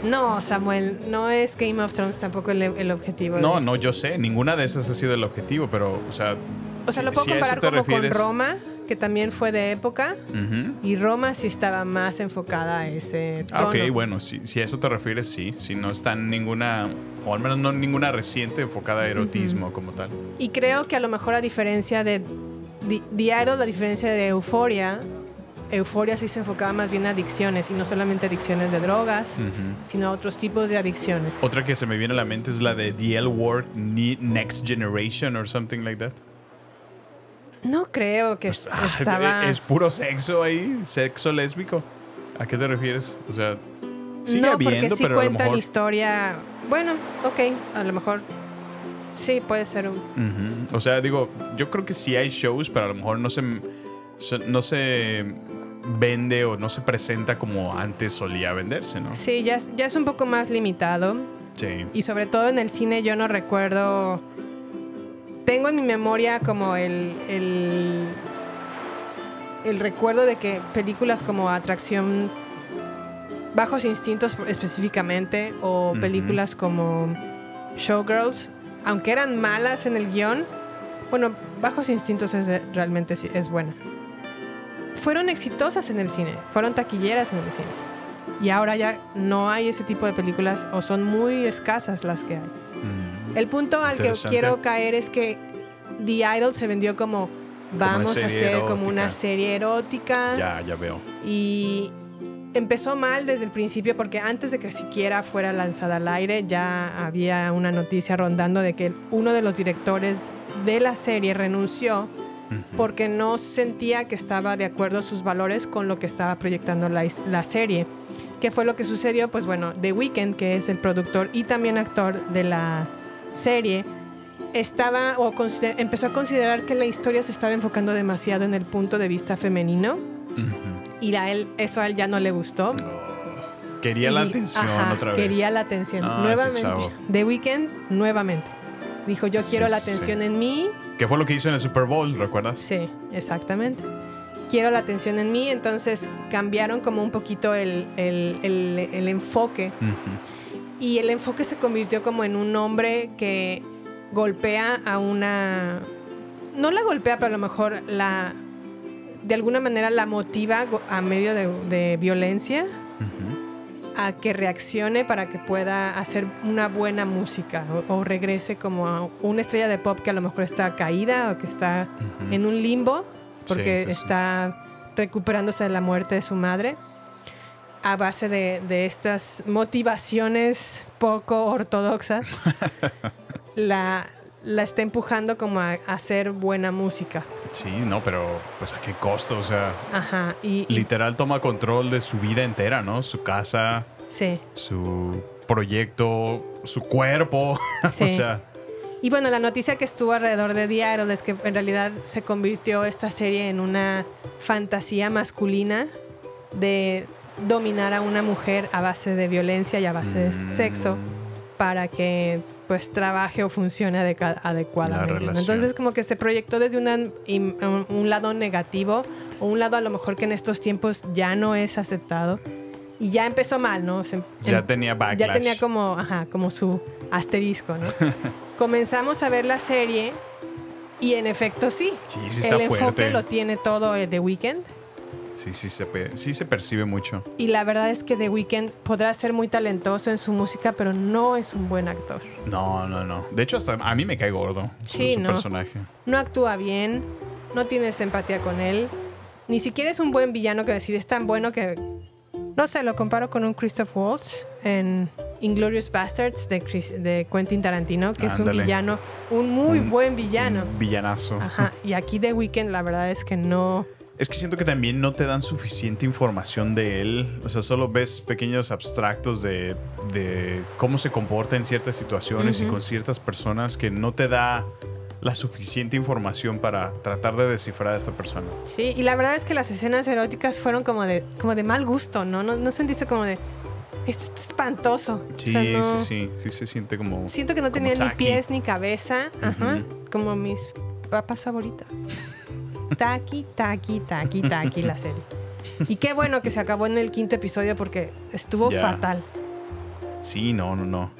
Speaker 5: No, Samuel, no es Game of Thrones tampoco el, el objetivo. de-
Speaker 6: No, no, yo sé, ninguna de esas ha sido el objetivo, pero, o sea.
Speaker 5: O sea,
Speaker 6: si-
Speaker 5: lo puedo
Speaker 6: si a eso
Speaker 5: comparar
Speaker 6: te
Speaker 5: como
Speaker 6: refieres-
Speaker 5: con Roma, que también fue de época.
Speaker 6: Ujú.
Speaker 5: Y Roma sí estaba más enfocada a ese tono.
Speaker 6: Ah, ok, bueno, si, si a eso te refieres, sí. Si no está ninguna, o al menos no ninguna reciente enfocada a erotismo como tal.
Speaker 5: Y creo que a lo mejor a diferencia de Di- The Idol, la diferencia de Euforia, Euforia sí se enfocaba más bien a adicciones. Y no solamente adicciones de drogas, sino a otros tipos de adicciones.
Speaker 6: Otra que se me viene a la mente es la de The L Word Ne- Next Generation or something like that.
Speaker 5: No creo que es-
Speaker 6: Ah,
Speaker 5: estaba...
Speaker 6: Es puro sexo ahí, sexo lésbico. ¿A qué te refieres? O sea, sigue
Speaker 5: no,
Speaker 6: habiendo,
Speaker 5: porque sí
Speaker 6: pero a lo
Speaker 5: cuentan
Speaker 6: mejor.
Speaker 5: historia. Bueno, ok, a lo mejor. Sí, puede ser un.
Speaker 6: Ujú. O sea, digo, yo creo que sí hay shows, pero a lo mejor no se, so- no se vende o no se presenta como antes solía venderse, ¿no?
Speaker 5: Sí, ya es, ya es un poco más limitado.
Speaker 6: Sí.
Speaker 5: Y sobre todo en el cine, yo no recuerdo. Tengo en mi memoria como el. el el recuerdo de que películas como Atracción Bajos Instintos específicamente o
Speaker 6: Ujú.
Speaker 5: películas como Showgirls, aunque eran malas en el guión, bueno, Bajos Instintos es, de- realmente sí- es buena. Fueron exitosas en el cine, fueron taquilleras en el cine. Y ahora ya no hay ese tipo de películas o son muy escasas las que hay.
Speaker 6: Mm.
Speaker 5: El punto al que
Speaker 6: Interesante.
Speaker 5: quiero caer es que The Idol se vendió como vamos a
Speaker 6: serie
Speaker 5: hacer como una
Speaker 6: erótica.
Speaker 5: serie erótica
Speaker 6: Ya, ya veo.
Speaker 5: y empezó mal desde el principio porque antes de que siquiera fuera lanzada al aire ya había una noticia rondando de que uno de los directores de la serie renunció
Speaker 6: Ujú.
Speaker 5: porque no sentía que estaba de acuerdo sus valores con lo que estaba proyectando la, his- la serie. ¿Qué fue lo que sucedió? Pues bueno, The Weeknd, que es el productor y también actor de la serie, estaba o consider- empezó a considerar que la historia se estaba enfocando demasiado en el punto de vista femenino
Speaker 6: Ujú.
Speaker 5: y a él, eso a él ya no le gustó.
Speaker 6: Oh. Quería la
Speaker 5: Y-
Speaker 6: atención
Speaker 5: ajá,
Speaker 6: otra vez.
Speaker 5: Quería la atención.
Speaker 6: Ah, ese chavo.
Speaker 5: nuevamente. The Weeknd, nuevamente. Dijo, yo
Speaker 6: Sí,
Speaker 5: quiero la
Speaker 6: sí, sí.
Speaker 5: atención en mí.
Speaker 6: ¿Qué fue lo que hizo en el Super Bowl, recuerdas?
Speaker 5: Sí, exactamente. Quiero la atención en mí, entonces cambiaron como un poquito el, el- el- el enfoque.
Speaker 6: Ujú.
Speaker 5: Y el enfoque se convirtió como en un hombre que golpea a una... No la golpea, pero a lo mejor la... De alguna manera la motiva go- a medio de, de violencia
Speaker 6: Ujú.
Speaker 5: a que reaccione para que pueda hacer una buena música o, o regrese como a una estrella de pop que a lo mejor está caída o que está
Speaker 6: Ujú.
Speaker 5: en un limbo porque
Speaker 6: Sí, sí, sí.
Speaker 5: está recuperándose de la muerte de su madre a base de, de estas motivaciones poco ortodoxas la, la está empujando como a, a hacer buena música
Speaker 6: Sí, no, pero pues a qué costo, o sea,
Speaker 5: ajá y, y-
Speaker 6: literal toma control de su vida entera, ¿no? Su casa,
Speaker 5: sí
Speaker 6: su proyecto, su cuerpo, o
Speaker 5: Sí.
Speaker 6: sea,
Speaker 5: Y bueno, la noticia que estuvo alrededor de The Idol es que en realidad se convirtió esta serie en una fantasía masculina de dominar a una mujer a base de violencia y a base de
Speaker 6: Mm.
Speaker 5: sexo para que pues trabaje o funcione adeca- adecuadamente. ¿no?
Speaker 6: relación.
Speaker 5: Entonces como que se proyectó desde una- im- un, un lado negativo o un lado a lo mejor que en estos tiempos ya no es aceptado y ya empezó mal, ¿no? Se-
Speaker 6: ya
Speaker 5: em-
Speaker 6: tenía backlash.
Speaker 5: ya tenía como, ajá, como su asterisco, ¿no? Comenzamos a ver la serie y en efecto sí.
Speaker 6: Sí, sí está
Speaker 5: el enfoque
Speaker 6: fuerte.
Speaker 5: lo tiene todo eh, The Weeknd.
Speaker 6: Sí, sí se, pe- sí se percibe mucho.
Speaker 5: Y la verdad es que The Weeknd podrá ser muy talentoso en su música, pero no es un buen actor.
Speaker 6: No, no, no. De hecho, hasta a mí me cae gordo
Speaker 5: Sí,
Speaker 6: su
Speaker 5: ¿no?
Speaker 6: personaje.
Speaker 5: No actúa bien, no tienes empatía con él. Ni siquiera es un buen villano que decir es tan bueno que. No sé, lo comparo con un Christoph Waltz en Inglorious Bastards de, Chris- de Quentin Tarantino, que es un
Speaker 6: Ándale.
Speaker 5: villano, un muy
Speaker 6: Un-
Speaker 5: buen villano.
Speaker 6: Un Villanazo.
Speaker 5: Ajá, y aquí The Weeknd la verdad es que no.
Speaker 6: Es que siento que también no te dan suficiente información de él. O sea, solo ves pequeños abstractos de, de cómo se comporta en ciertas situaciones y con ciertas personas que no te da la suficiente información para tratar de descifrar a esta persona.
Speaker 5: Sí, y la verdad es que las escenas eróticas fueron como de, como de mal gusto, ¿no? ¿no? no sentiste como de, esto está espantoso. O
Speaker 6: Sí,
Speaker 5: sea, no-
Speaker 6: sí, sí. Sí se siente como...
Speaker 5: Siento que no
Speaker 6: Como
Speaker 5: tenía ni
Speaker 6: tacky.
Speaker 5: pies ni cabeza, ajá,
Speaker 6: Ujú.
Speaker 5: como mis papas favoritas. Taqui, taqui, taqui, taqui la serie. Y qué bueno que se acabó en el quinto episodio porque estuvo
Speaker 6: Ya.
Speaker 5: fatal.
Speaker 6: Sí, no, no, no.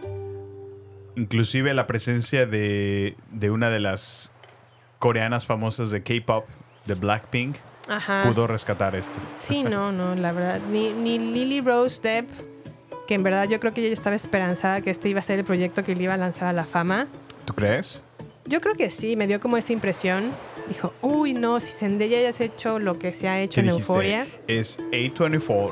Speaker 6: Inclusive la presencia de, de una de las coreanas famosas de K-Pop, de Blackpink,
Speaker 5: Ajá.
Speaker 6: pudo rescatar esto.
Speaker 5: Sí, no, no, la verdad. Ni, ni Lily Rose Depp, que en verdad yo creo que ella estaba esperanzada que este iba a ser el proyecto que le iba a lanzar a la fama.
Speaker 6: ¿Tú crees?
Speaker 5: Yo creo que sí, me dio como esa impresión. Dijo, uy, no, si Zendaya ya se ha hecho lo que se ha hecho
Speaker 6: ¿Qué
Speaker 5: en
Speaker 6: dijiste?
Speaker 5: Euforia.
Speaker 6: Es A24,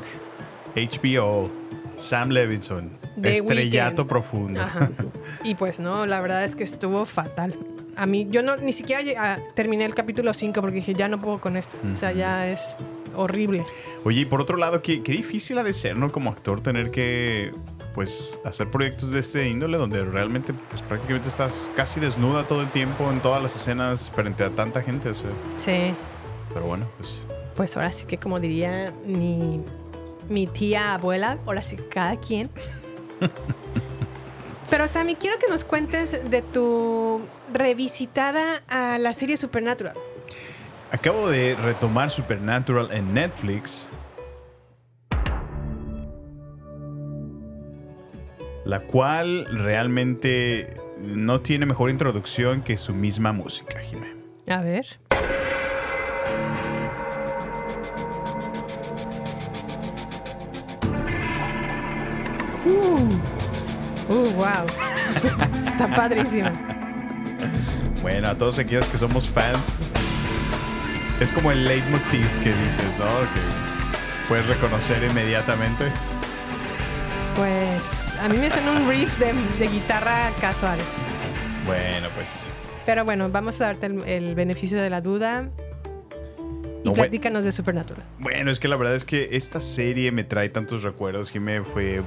Speaker 6: HBO, Sam Levinson,
Speaker 5: The
Speaker 6: Estrellato
Speaker 5: Weeknd.
Speaker 6: Profundo.
Speaker 5: Ajá. Y pues no, la verdad es que estuvo fatal. A mí, yo no, ni siquiera lleg- ah, terminé el capítulo 5 porque dije, ya no puedo con esto. O sea, ya es horrible.
Speaker 6: Oye, y por otro lado, qué, qué difícil ha de ser, ¿no? Como actor tener que, pues, hacer proyectos de este índole donde realmente, pues, prácticamente estás casi desnuda todo el tiempo en todas las escenas frente a tanta gente, o sea.
Speaker 5: Sí.
Speaker 6: Pero bueno, pues.
Speaker 5: Pues ahora sí que como diría mi, mi tía abuela, ahora sí que cada quien. Pero Sammy, quiero que nos cuentes de tu revisitada a la serie Supernatural.
Speaker 6: Acabo de retomar Supernatural en Netflix. La cual realmente no tiene mejor introducción que su misma música, Jimé.
Speaker 5: A ver. Uh, uh, wow. Está padrísima.
Speaker 6: Bueno, a todos aquellos que somos fans, es como el leitmotiv que dices, ¿no? Que puedes reconocer inmediatamente.
Speaker 5: Pues a mí me suena un riff de, de guitarra casual.
Speaker 6: Bueno, pues
Speaker 5: Pero bueno, vamos a darte el, el beneficio de la duda. Y
Speaker 6: No, bueno.
Speaker 5: platícanos de Supernatural.
Speaker 6: Bueno, es que la verdad es que esta serie me trae tantos recuerdos. Jimé fue.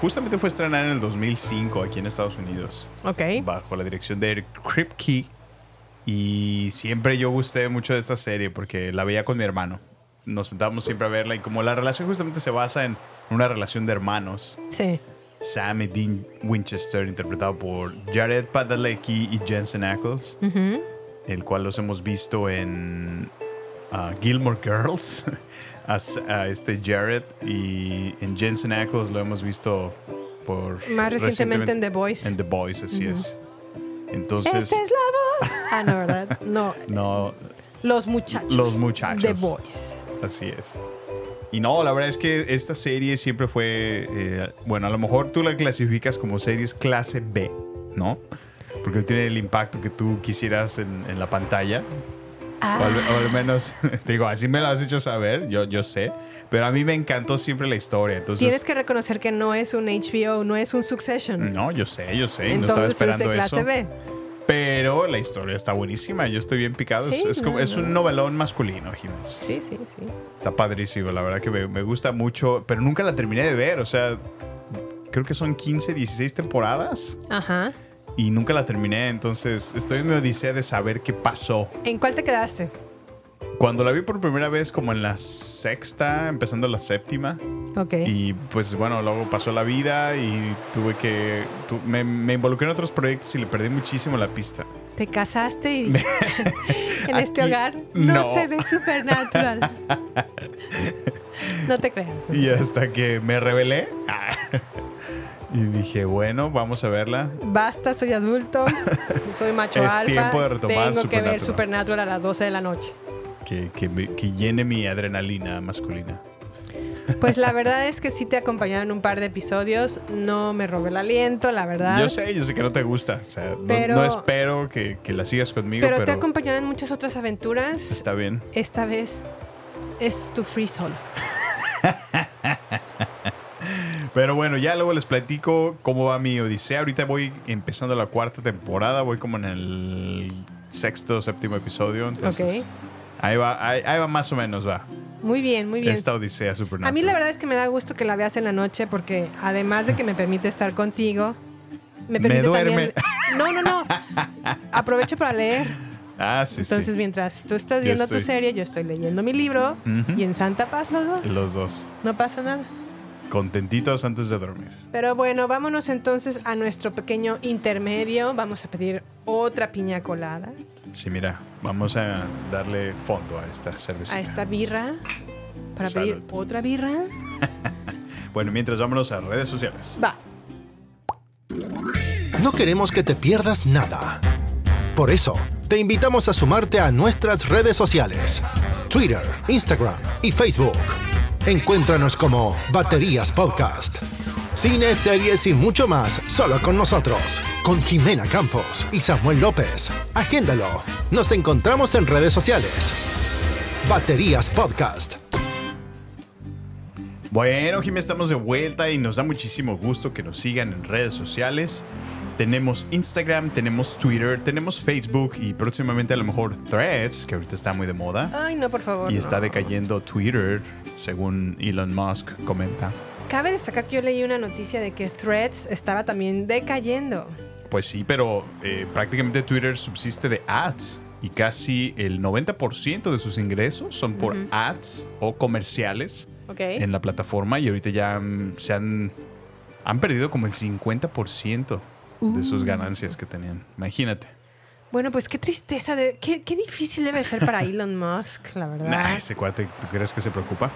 Speaker 6: Justamente fue estrenada en el 2005 aquí en Estados Unidos,
Speaker 5: Ok.
Speaker 6: bajo la dirección de Eric Kripke. Y siempre yo gusté mucho de esta serie porque la veía con mi hermano. Nos sentábamos siempre a verla y como la relación justamente se basa en una relación de hermanos,
Speaker 5: Sí.
Speaker 6: Sam y Dean Winchester, interpretado por Jared Padalecki y Jensen Ackles,
Speaker 5: Ujú.
Speaker 6: el cual los hemos visto en ah, Gilmore Girls, a, S- a este Jared, y en Jensen Ackles lo hemos visto por...
Speaker 5: Más recientemente en The Voice.
Speaker 6: En The Voice, así es. Entonces,
Speaker 5: Esta es la voz. Ah, no, ¿verdad? No.
Speaker 6: no,
Speaker 5: Los muchachos.
Speaker 6: Los muchachos.
Speaker 5: The Boys.
Speaker 6: Así es. Y no, la verdad es que esta serie siempre fue, eh, bueno, a lo mejor tú la clasificas como series clase B, ¿no? Porque no tiene el impacto que tú quisieras en, en la pantalla. O, al, o
Speaker 5: Ah.
Speaker 6: al menos, te digo, así me lo has hecho saber, yo, yo sé. Pero a mí me encantó siempre la historia.
Speaker 5: Tienes
Speaker 6: Entonces,
Speaker 5: que reconocer que no es un HBO, no es un Succession.
Speaker 6: no, yo sé, yo sé. y no
Speaker 5: Entonces
Speaker 6: estaba
Speaker 5: es de
Speaker 6: esperando
Speaker 5: clase
Speaker 6: eso.
Speaker 5: B.
Speaker 6: Pero la historia está buenísima. Yo estoy bien picado. Es-
Speaker 5: Sí,
Speaker 6: es, como,
Speaker 5: no,
Speaker 6: es un
Speaker 5: no.
Speaker 6: novelón masculino, Jiménez.
Speaker 5: Sí, sí, sí.
Speaker 6: Está padrísimo, la verdad que me, me gusta mucho, pero nunca la terminé de ver, o sea, creo que son 15, 16 temporadas
Speaker 5: Ajá.
Speaker 6: y nunca la terminé, entonces estoy en mi odisea de saber qué pasó.
Speaker 5: ¿En cuál te quedaste?
Speaker 6: Cuando la vi por primera vez, como en la sexta, empezando la séptima,
Speaker 5: Ok.
Speaker 6: y pues bueno, luego pasó la vida y tuve que... tu- me, me involucré en otros proyectos y le perdí muchísimo la pista.
Speaker 5: ¿Te casaste y en este
Speaker 6: Aquí,
Speaker 5: hogar no,
Speaker 6: no.
Speaker 5: se ve supernatural? no te creas.
Speaker 6: Y hasta que me revelé y dije, bueno, vamos a verla.
Speaker 5: Basta, soy adulto, soy macho
Speaker 6: Es
Speaker 5: alfa.
Speaker 6: tiempo de retomar
Speaker 5: tengo que ver
Speaker 6: Supernatural.
Speaker 5: Supernatural a las 12 de la noche.
Speaker 6: que, que me- que llene mi adrenalina masculina.
Speaker 5: Pues la verdad es que sí te acompañaron un par de episodios. No me robé el aliento, la verdad.
Speaker 6: Yo sé, yo sé que no te gusta. O sea, no,
Speaker 5: Pero-
Speaker 6: no espero que, que la sigas conmigo,
Speaker 5: pero,
Speaker 6: pero,
Speaker 5: te acompañaron en muchas otras aventuras.
Speaker 6: está bien.
Speaker 5: Esta vez es tu free solo.
Speaker 6: Pero bueno, ya luego les platico cómo va mi odisea. Ahorita voy empezando la cuarta temporada, voy como en el sexto o séptimo episodio. Entonces,
Speaker 5: Ok.
Speaker 6: ahí, va, ahí, ahí va más o menos, va.
Speaker 5: Muy bien, muy bien.
Speaker 6: Esta odisea supernatural.
Speaker 5: A mí la verdad es que me da gusto que la veas en la noche porque además de que me permite estar contigo, me
Speaker 6: Me
Speaker 5: permite
Speaker 6: duerme.
Speaker 5: también... No, no, no. Aprovecho para leer.
Speaker 6: Ah, sí,
Speaker 5: Entonces,
Speaker 6: sí.
Speaker 5: mientras tú estás
Speaker 6: Yo
Speaker 5: viendo
Speaker 6: estoy-
Speaker 5: tu serie, yo estoy leyendo mi libro
Speaker 6: Ujú.
Speaker 5: y en santa paz los dos.
Speaker 6: Los dos,
Speaker 5: No pasa nada.
Speaker 6: contentitos antes de dormir.
Speaker 5: Pero bueno, vámonos entonces a nuestro pequeño intermedio. Vamos a pedir otra piña colada
Speaker 6: Sí, mira, vamos a darle fondo a esta cervecita.
Speaker 5: a esta birra. Para pedir
Speaker 6: Salud.
Speaker 5: otra birra.
Speaker 6: Bueno, mientras vámonos a redes sociales.
Speaker 5: Va.
Speaker 1: No queremos que te pierdas nada. Por eso, te invitamos a sumarte a nuestras redes sociales, Twitter, Instagram y Facebook. Encuéntranos como Baterías Podcast. Cine, series y mucho más, solo con nosotros, con Jimena Campos y Samuel López. Agéndalo. Nos encontramos en redes sociales. Baterías Podcast.
Speaker 6: Bueno, Jimé, estamos de vuelta y nos da muchísimo gusto que nos sigan en redes sociales. Tenemos Instagram, tenemos Twitter, tenemos Facebook y próximamente a lo mejor Threads, que ahorita está muy de moda.
Speaker 5: Ay, no, por favor.
Speaker 6: Y
Speaker 5: no.
Speaker 6: está decayendo Twitter, según Elon Musk comenta.
Speaker 5: Cabe destacar que yo leí una noticia de que Threads estaba también decayendo.
Speaker 6: Pues sí, pero eh, prácticamente Twitter subsiste de ads y casi el 90% de sus ingresos son por ads o comerciales.
Speaker 5: ¿Ok?
Speaker 6: en la plataforma y ahorita ya mm, se han, han perdido como el 50% de sus ganancias que tenían. Imagínate.
Speaker 5: Bueno, pues qué tristeza, de, qué, qué difícil debe ser para Elon Musk, la verdad.
Speaker 6: Nah, ese cuate, ¿tú crees que se preocupa?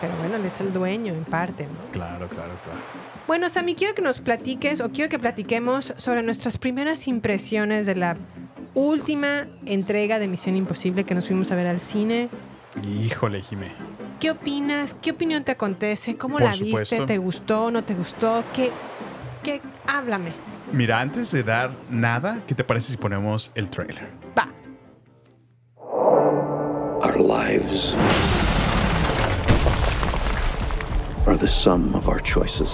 Speaker 5: Pero bueno, él es el dueño en parte, ¿no?
Speaker 6: Claro, claro, claro.
Speaker 5: Bueno, Sammy, quiero que nos platiques o quiero que platiquemos sobre nuestras primeras impresiones de la última entrega de Misión Imposible que nos fuimos a ver al cine.
Speaker 6: Híjole, Jimé.
Speaker 5: ¿Qué opinas? ¿Qué opinión te acontece? ¿Cómo
Speaker 6: Por
Speaker 5: la viste?
Speaker 6: supuesto.
Speaker 5: ¿Te gustó? ¿No te gustó? ¿Qué? ¿Qué? Háblame.
Speaker 6: Mira, antes de dar nada, ¿qué te parece si ponemos el trailer?
Speaker 5: Va.
Speaker 8: Our lives are the sum of our choices.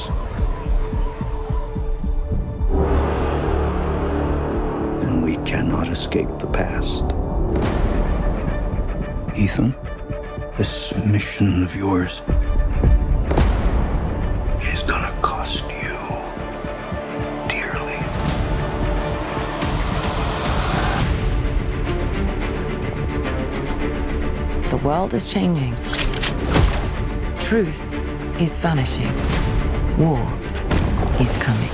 Speaker 8: And we cannot escape the past. Ethan, this mission of yours is gonna cost you dearly.
Speaker 9: The world is changing. Truth is vanishing. War is coming.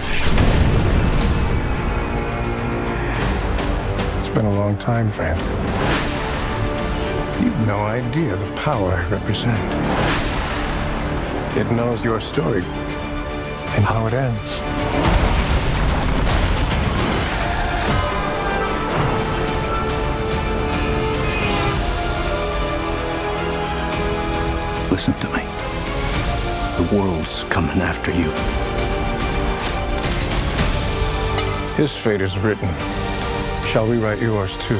Speaker 10: It's been a long time, Fran. You've no idea the power I represent. It knows your story and how it ends.
Speaker 8: Listen to me. The world's coming after you.
Speaker 10: His fate is written. Shall we write yours too?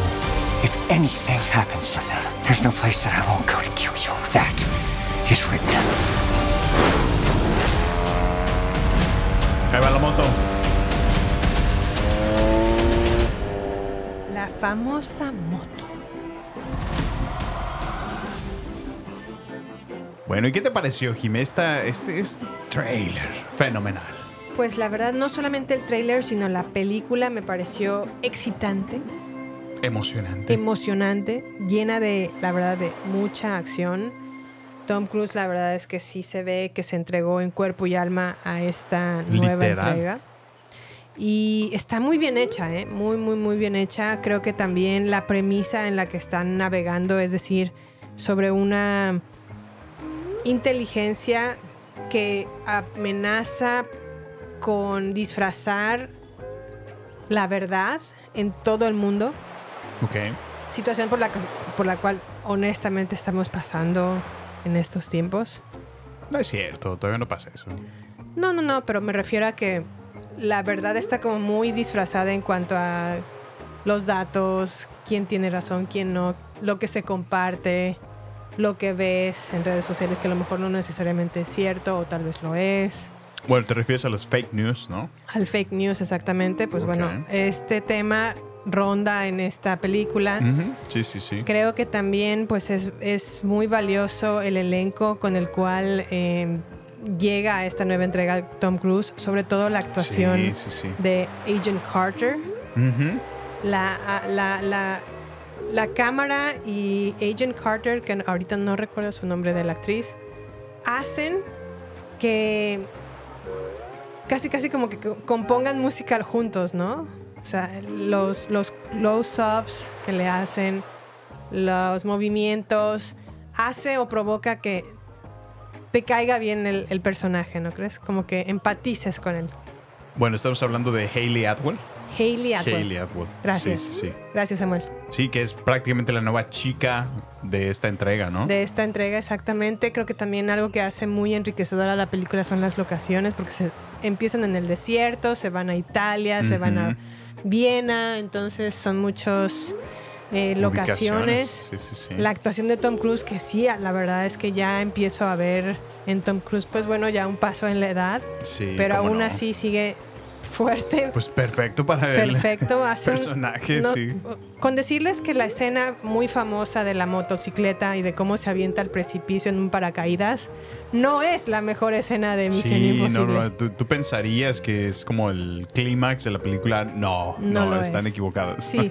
Speaker 11: If anything happens to them, there's no place that I won't go to kill you. That is written.
Speaker 6: Ahí va la moto.
Speaker 5: La famosa moto.
Speaker 6: Bueno, ¿y qué te pareció, Jimé? Esta- este, este trailer fenomenal.
Speaker 5: Pues la verdad, no solamente el tráiler, sino la película me pareció excitante,
Speaker 6: Emocionante.
Speaker 5: emocionante, llena de, la verdad, de mucha acción. Tom Cruise, la verdad es que sí se ve que se entregó en cuerpo y alma a esta nueva
Speaker 6: Literal.
Speaker 5: entrega. Y está muy bien hecha, ¿eh? muy, muy, muy bien hecha. Creo que también la premisa en la que están navegando, es decir, sobre una inteligencia que amenaza con disfrazar la verdad en todo el mundo
Speaker 6: ok.
Speaker 5: situación por la, que- por la cual honestamente estamos pasando en estos tiempos.
Speaker 6: No es cierto, todavía no pasa eso.
Speaker 5: No, no, no, pero me refiero a que la verdad está como muy disfrazada en cuanto a los datos, quién tiene razón, quién no, lo que se comparte, lo que ves en redes sociales que a lo mejor no necesariamente es cierto o tal vez lo es.
Speaker 6: Bueno, te refieres a los fake news, ¿no?
Speaker 5: Al fake news exactamente, pues
Speaker 6: Ok.
Speaker 5: bueno, este tema ronda en esta película.
Speaker 6: Ujú, Sí, sí, sí.
Speaker 5: Creo que también pues es, es muy valioso el elenco con el cual eh, llega a esta nueva entrega Tom Cruise, sobre todo la actuación
Speaker 6: Sí, sí, sí.
Speaker 5: de Agent Carter.
Speaker 6: Ujú.
Speaker 5: La, a- la, la- la cámara y Agent Carter, que ahorita no recuerdo su nombre de la actriz, hacen que casi casi como que co- compongan música juntos, ¿no? O sea, los, los close-ups que le hacen, los movimientos, hace o provoca que te caiga bien el, el personaje, ¿no crees? Como que empatices con él.
Speaker 6: Bueno, estamos hablando de Hayley Atwell.
Speaker 5: Hayley Atwell.
Speaker 6: Hayley Atwell.
Speaker 5: Gracias.
Speaker 6: Sí, sí, sí.
Speaker 5: Gracias, Samuel.
Speaker 6: Sí, que es prácticamente la nueva chica de esta entrega, ¿no?
Speaker 5: de esta entrega exactamente. Creo que también algo que hace muy enriquecedora la película son las locaciones, porque se empiezan en el desierto, se van a Italia, se van a
Speaker 6: Ujú.
Speaker 5: Viena, entonces son muchas
Speaker 6: Ubicaciones.
Speaker 5: locaciones.
Speaker 6: Sí, sí, sí.
Speaker 5: La actuación de Tom Cruise, que sí, la verdad es que ya empiezo a ver en Tom Cruise, pues bueno, ya un paso en la edad,
Speaker 6: Sí,
Speaker 5: pero
Speaker 6: cómo
Speaker 5: aún
Speaker 6: no.
Speaker 5: así sigue fuerte,
Speaker 6: Pues perfecto para el
Speaker 5: perfecto. hace un-
Speaker 6: personaje,
Speaker 5: no-
Speaker 6: sí.
Speaker 5: Con decirles que la escena muy famosa de la motocicleta y de cómo se avienta al precipicio en un paracaídas no es la mejor escena de Misión
Speaker 6: Sí, no,
Speaker 5: Imposible.
Speaker 6: no, tú, tú pensarías que es como el clímax de la película. No,
Speaker 5: No
Speaker 6: no,
Speaker 5: lo
Speaker 6: están
Speaker 5: es.
Speaker 6: equivocados.
Speaker 5: Sí,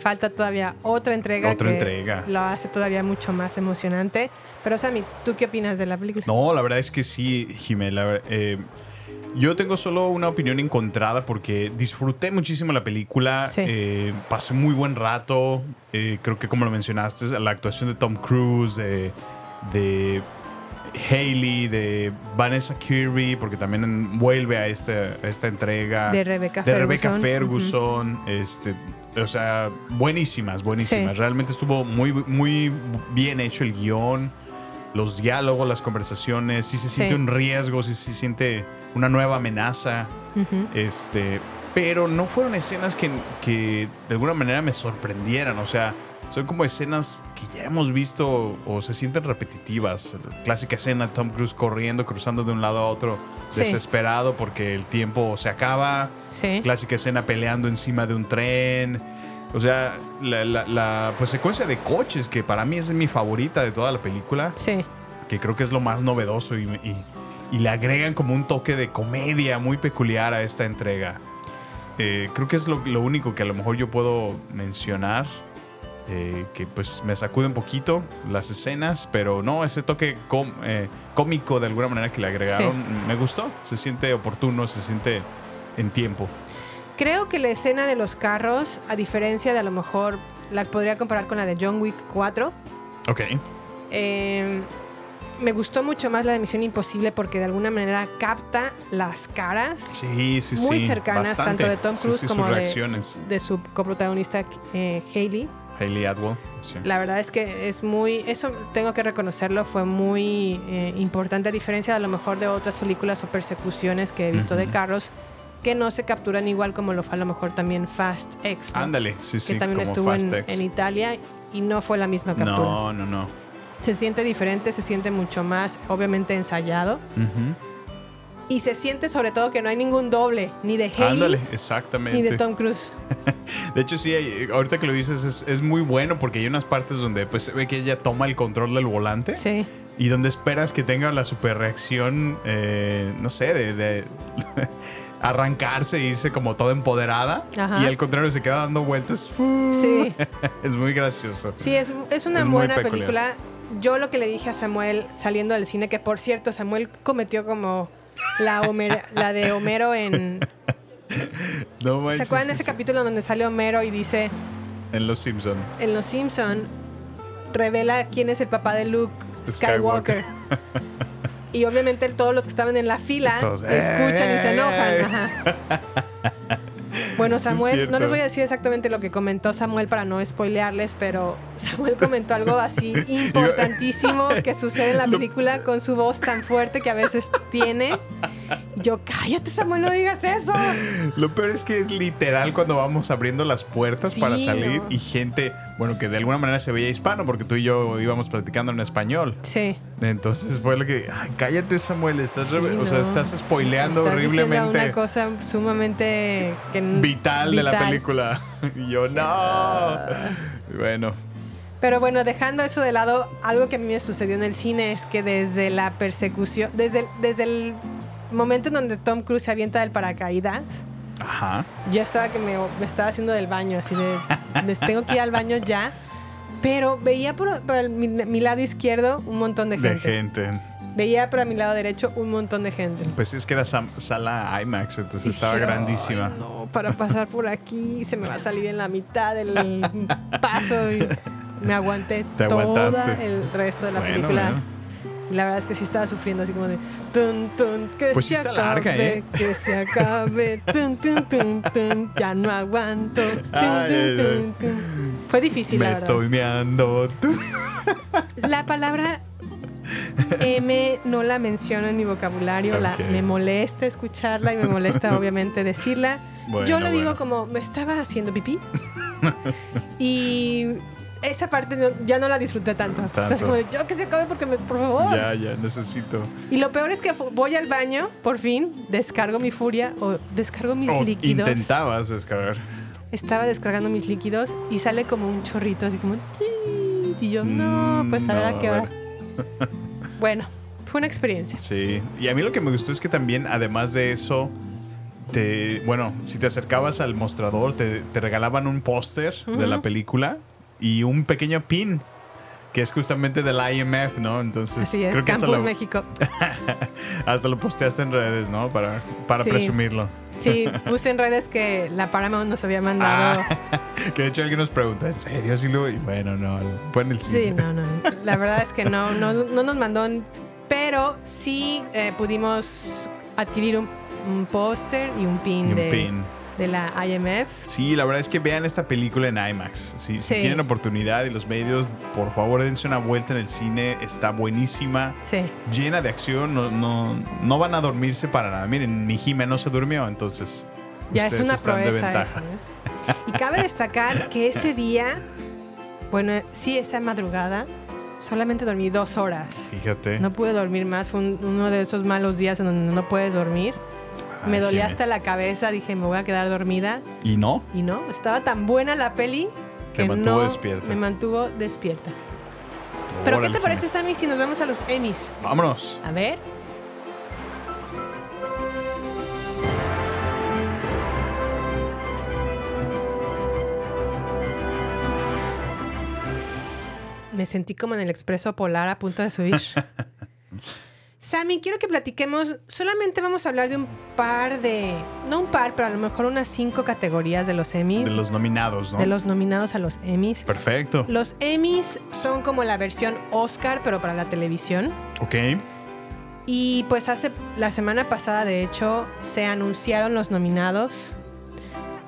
Speaker 5: falta todavía otra entrega
Speaker 6: Otra
Speaker 5: que
Speaker 6: entrega.
Speaker 5: lo hace todavía mucho más emocionante. Pero Sammy, ¿tú qué opinas de la película?
Speaker 6: No, la verdad es que sí, Jimena. eh, yo tengo solo una opinión encontrada porque disfruté muchísimo la película.
Speaker 5: Sí.
Speaker 6: eh, pasé muy buen rato. eh, creo que, como lo mencionaste, la actuación de Tom Cruise, de, de Hayley, de Vanessa Kirby, porque también en- vuelve a, este, a esta entrega.
Speaker 5: De Rebecca
Speaker 6: de Rebecca
Speaker 5: Ferguson.
Speaker 6: Ferguson, este, o sea, buenísimas, buenísimas.
Speaker 5: Sí.
Speaker 6: Realmente estuvo muy, muy bien hecho el guión, los diálogos, las conversaciones. Sí se siente
Speaker 5: Sí.
Speaker 6: un riesgo, sí se siente una nueva amenaza.
Speaker 5: Ujú.
Speaker 6: Este, pero no fueron escenas que, que de alguna manera me sorprendieran. O sea, son como escenas que ya hemos visto o se sienten repetitivas. La clásica escena: Tom Cruise corriendo, cruzando de un lado a otro,
Speaker 5: Sí.
Speaker 6: desesperado porque el tiempo se acaba.
Speaker 5: Sí.
Speaker 6: Clásica escena peleando encima de un tren. O sea, la, la- la, pues, secuencia de coches que para mí es mi favorita de toda la película
Speaker 5: Sí.
Speaker 6: que creo que es lo más novedoso y, y- y le agregan como un toque de comedia muy peculiar a esta entrega. Eh, creo que es lo, lo único que a lo mejor yo puedo mencionar, eh, que pues me sacude un poquito las escenas, pero no, ese toque com- eh, cómico de alguna manera que le agregaron me gustó, se siente oportuno, se siente en tiempo.
Speaker 5: Creo que la escena de los carros, a diferencia de a lo mejor la podría comparar con la de John Wick 4,
Speaker 6: Ok.
Speaker 5: eh, me gustó mucho más la de Misión Imposible porque de alguna manera capta las caras
Speaker 6: Sí, sí,
Speaker 5: muy
Speaker 6: sí.
Speaker 5: cercanas
Speaker 6: bastante.
Speaker 5: tanto de Tom
Speaker 6: Sí,
Speaker 5: Cruise
Speaker 6: sí,
Speaker 5: como
Speaker 6: sus
Speaker 5: de,
Speaker 6: reacciones.
Speaker 5: de su coprotagonista eh, Hailey.
Speaker 6: Hayley Atwell. sí.
Speaker 5: La verdad es que es muy, eso tengo que reconocerlo, fue muy eh, importante a diferencia de a lo mejor de otras películas o persecuciones que he visto de
Speaker 6: Ujú.
Speaker 5: carros que no se capturan igual como lo fue a lo mejor también Fast X. ¿no?
Speaker 6: Ándale, sí, sí.
Speaker 5: que también
Speaker 6: como
Speaker 5: estuvo
Speaker 6: Fast
Speaker 5: en,
Speaker 6: X.
Speaker 5: en Italia y no fue la misma captura.
Speaker 6: No, no, no.
Speaker 5: Se siente diferente, se siente mucho más, obviamente ensayado. Y se siente sobre todo que no hay ningún doble, ni de
Speaker 6: Ándale,
Speaker 5: Haley
Speaker 6: exactamente.
Speaker 5: ni de Tom Cruise.
Speaker 6: De hecho, sí, hay- ahorita que lo dices, es, es muy bueno porque hay unas partes donde pues, se ve que ella toma el control del volante
Speaker 5: Sí.
Speaker 6: y donde esperas que tenga la super reacción, no sé, de, de arrancarse e irse como toda empoderada.
Speaker 5: Ajá.
Speaker 6: Y al contrario, se queda dando vueltas.
Speaker 5: Sí.
Speaker 6: es muy gracioso.
Speaker 5: Sí, es, es una
Speaker 6: Es muy
Speaker 5: buena
Speaker 6: peculiar.
Speaker 5: película. Yo lo que le dije a Samuel saliendo del cine, que por cierto, Samuel cometió como la, Homer- la de Homero en.
Speaker 6: No
Speaker 5: ¿Se
Speaker 6: manches,
Speaker 5: acuerdan de
Speaker 6: sí,
Speaker 5: ese
Speaker 6: sí.
Speaker 5: capítulo donde sale Homero y dice
Speaker 6: En Los Simpsons.
Speaker 5: en Los Simpson revela quién es el papá de Luke Skywalker?
Speaker 6: Skywalker.
Speaker 5: Y obviamente todos los que estaban en la fila
Speaker 6: Todos, "Eh,
Speaker 5: escuchan y
Speaker 6: eh,
Speaker 5: se enojan.
Speaker 6: eh".
Speaker 5: ajá. Bueno,
Speaker 6: Sí, es
Speaker 5: Samuel, no
Speaker 6: cierto.
Speaker 5: les voy a decir exactamente lo que comentó Samuel para no spoilearles, pero Samuel comentó algo así importantísimo que sucede en la película con su voz tan fuerte que a veces tiene. Yo, cállate, Samuel, no digas eso.
Speaker 6: Lo peor es que es literal cuando vamos abriendo las puertas
Speaker 5: Sí,
Speaker 6: para salir
Speaker 5: no.
Speaker 6: y gente, bueno, que de alguna manera se veía hispano porque tú y yo íbamos platicando en español.
Speaker 5: Sí.
Speaker 6: Entonces fue lo que, ay, cállate Samuel, estás,
Speaker 5: Sí,
Speaker 6: o sea,
Speaker 5: no.
Speaker 6: estás spoileando
Speaker 5: Estás diciendo
Speaker 6: horriblemente
Speaker 5: Una cosa sumamente que n-
Speaker 6: vital, de la
Speaker 5: vital.
Speaker 6: película. Y yo, no. Bueno,
Speaker 5: Pero bueno, dejando eso de lado, algo que a mí me sucedió en el cine es que desde la persecución, desde el, desde el momento en donde Tom Cruise se avienta del paracaídas,
Speaker 6: ajá.
Speaker 5: yo estaba que me, me estaba haciendo del baño, así de, de, tengo que ir al baño ya. Pero veía por, por el- mi, mi lado izquierdo un montón de
Speaker 6: De
Speaker 5: gente.
Speaker 6: gente.
Speaker 5: Veía por mi lado derecho un montón de gente.
Speaker 6: Pues es que era sam- sala IMAX, entonces estaba
Speaker 5: Dije,
Speaker 6: grandísima.
Speaker 5: "Ay, no, para pasar por aquí se me va a salir en la mitad del paso y me aguanté
Speaker 6: Te
Speaker 5: todo
Speaker 6: aguantaste.
Speaker 5: el resto de la
Speaker 6: Bueno,
Speaker 5: película.
Speaker 6: bueno.
Speaker 5: Y La verdad es que sí estaba sufriendo así como de tun, tun, que
Speaker 6: Pues sí
Speaker 5: se
Speaker 6: está
Speaker 5: acabe,
Speaker 6: larga, ¿eh?
Speaker 5: que se acabe, tun, tun, tun, tun, ya no aguanto. tun,
Speaker 6: Ay,
Speaker 5: tun,
Speaker 6: ay,
Speaker 5: tun, tun. Fue difícil,
Speaker 6: Me
Speaker 5: la verdad.
Speaker 6: estoy meando.
Speaker 5: La palabra M no la menciono en mi vocabulario, la-
Speaker 6: Ok.
Speaker 5: me molesta escucharla y me molesta obviamente decirla.
Speaker 6: Bueno,
Speaker 5: Yo lo digo
Speaker 6: bueno.
Speaker 5: como me estaba haciendo pipí y esa parte no- ya no la disfruté tanto. Estás
Speaker 6: Tanto.
Speaker 5: como de, yo que se acabe porque me- por favor.
Speaker 6: Ya, ya, necesito.
Speaker 5: Y lo peor es que fu- voy al baño, por fin, descargo mi furia o descargo mis
Speaker 6: O
Speaker 5: líquidos.
Speaker 6: intentabas descargar.
Speaker 5: Estaba descargando mis líquidos y sale como un chorrito así como... "Tit", Y yo, no,
Speaker 6: Mm,
Speaker 5: pues ahora
Speaker 6: no,
Speaker 5: qué
Speaker 6: a
Speaker 5: hora.
Speaker 6: ver.
Speaker 5: Bueno, fue una experiencia.
Speaker 6: Sí, y a mí lo que me gustó es que también, además de eso, te, bueno, si te acercabas al mostrador, te, te regalaban un póster de la película y un pequeño pin, que es justamente del IMF, ¿no? Entonces,
Speaker 5: Así es,
Speaker 6: Pues creo que hasta
Speaker 5: Campus
Speaker 6: lo,
Speaker 5: México.
Speaker 6: hasta lo posteaste en redes, ¿no? Para, para
Speaker 5: Sí.
Speaker 6: presumirlo.
Speaker 5: Sí, puse en redes que la Paramount nos había mandado.
Speaker 6: Ah, Que de hecho alguien nos pregunta, ¿en serio? Sí, lo... Y bueno, no, fue en el
Speaker 5: Sí,
Speaker 6: cine.
Speaker 5: no, no. La verdad es que no, no, no nos mandó, pero Pero sí eh, pudimos adquirir un, un póster y un pin,
Speaker 6: Y un
Speaker 5: de,
Speaker 6: pin.
Speaker 5: de la IMF.
Speaker 6: Sí, la verdad es que vean esta película en IMAX. Si,
Speaker 5: Sí.
Speaker 6: si tienen oportunidad y los medios, por favor dense una vuelta en el cine. Está buenísima,
Speaker 5: Sí.
Speaker 6: llena de acción. No, no, no van a dormirse para nada. Miren, mi Jimena no se durmió, entonces
Speaker 5: Ya es
Speaker 6: ustedes
Speaker 5: una
Speaker 6: están de
Speaker 5: proeza.
Speaker 6: ventaja.
Speaker 5: eso, ¿eh? Y cabe destacar que ese día, bueno, sí, esa madrugada, solamente dormí dos horas.
Speaker 6: Fíjate.
Speaker 5: No pude dormir más, fue un- uno de esos malos días en donde no puedes dormir.
Speaker 6: Ay,
Speaker 5: me dolía
Speaker 6: Jimé.
Speaker 5: hasta la cabeza, dije, me voy a quedar dormida.
Speaker 6: Y no.
Speaker 5: Y no, estaba tan buena la peli
Speaker 6: Te
Speaker 5: que
Speaker 6: mantuvo
Speaker 5: no
Speaker 6: despierta.
Speaker 5: me mantuvo despierta. Pero ¿qué
Speaker 6: Órale,
Speaker 5: te parece,
Speaker 6: Jimé.
Speaker 5: Sammy, si nos vamos a los Emmys?
Speaker 6: Vámonos.
Speaker 5: A ver. Me sentí como en el expreso polar a punto de subir. Sammy, quiero que platiquemos. Solamente vamos a hablar de un par de. No un par, pero a lo mejor unas cinco categorías de los Emmys.
Speaker 6: De los nominados, ¿no?
Speaker 5: de los nominados a los Emmys.
Speaker 6: Perfecto.
Speaker 5: Los Emmys son como la versión Oscar, pero para la televisión.
Speaker 6: Ok.
Speaker 5: Y pues hace la semana pasada, de hecho, se anunciaron los nominados.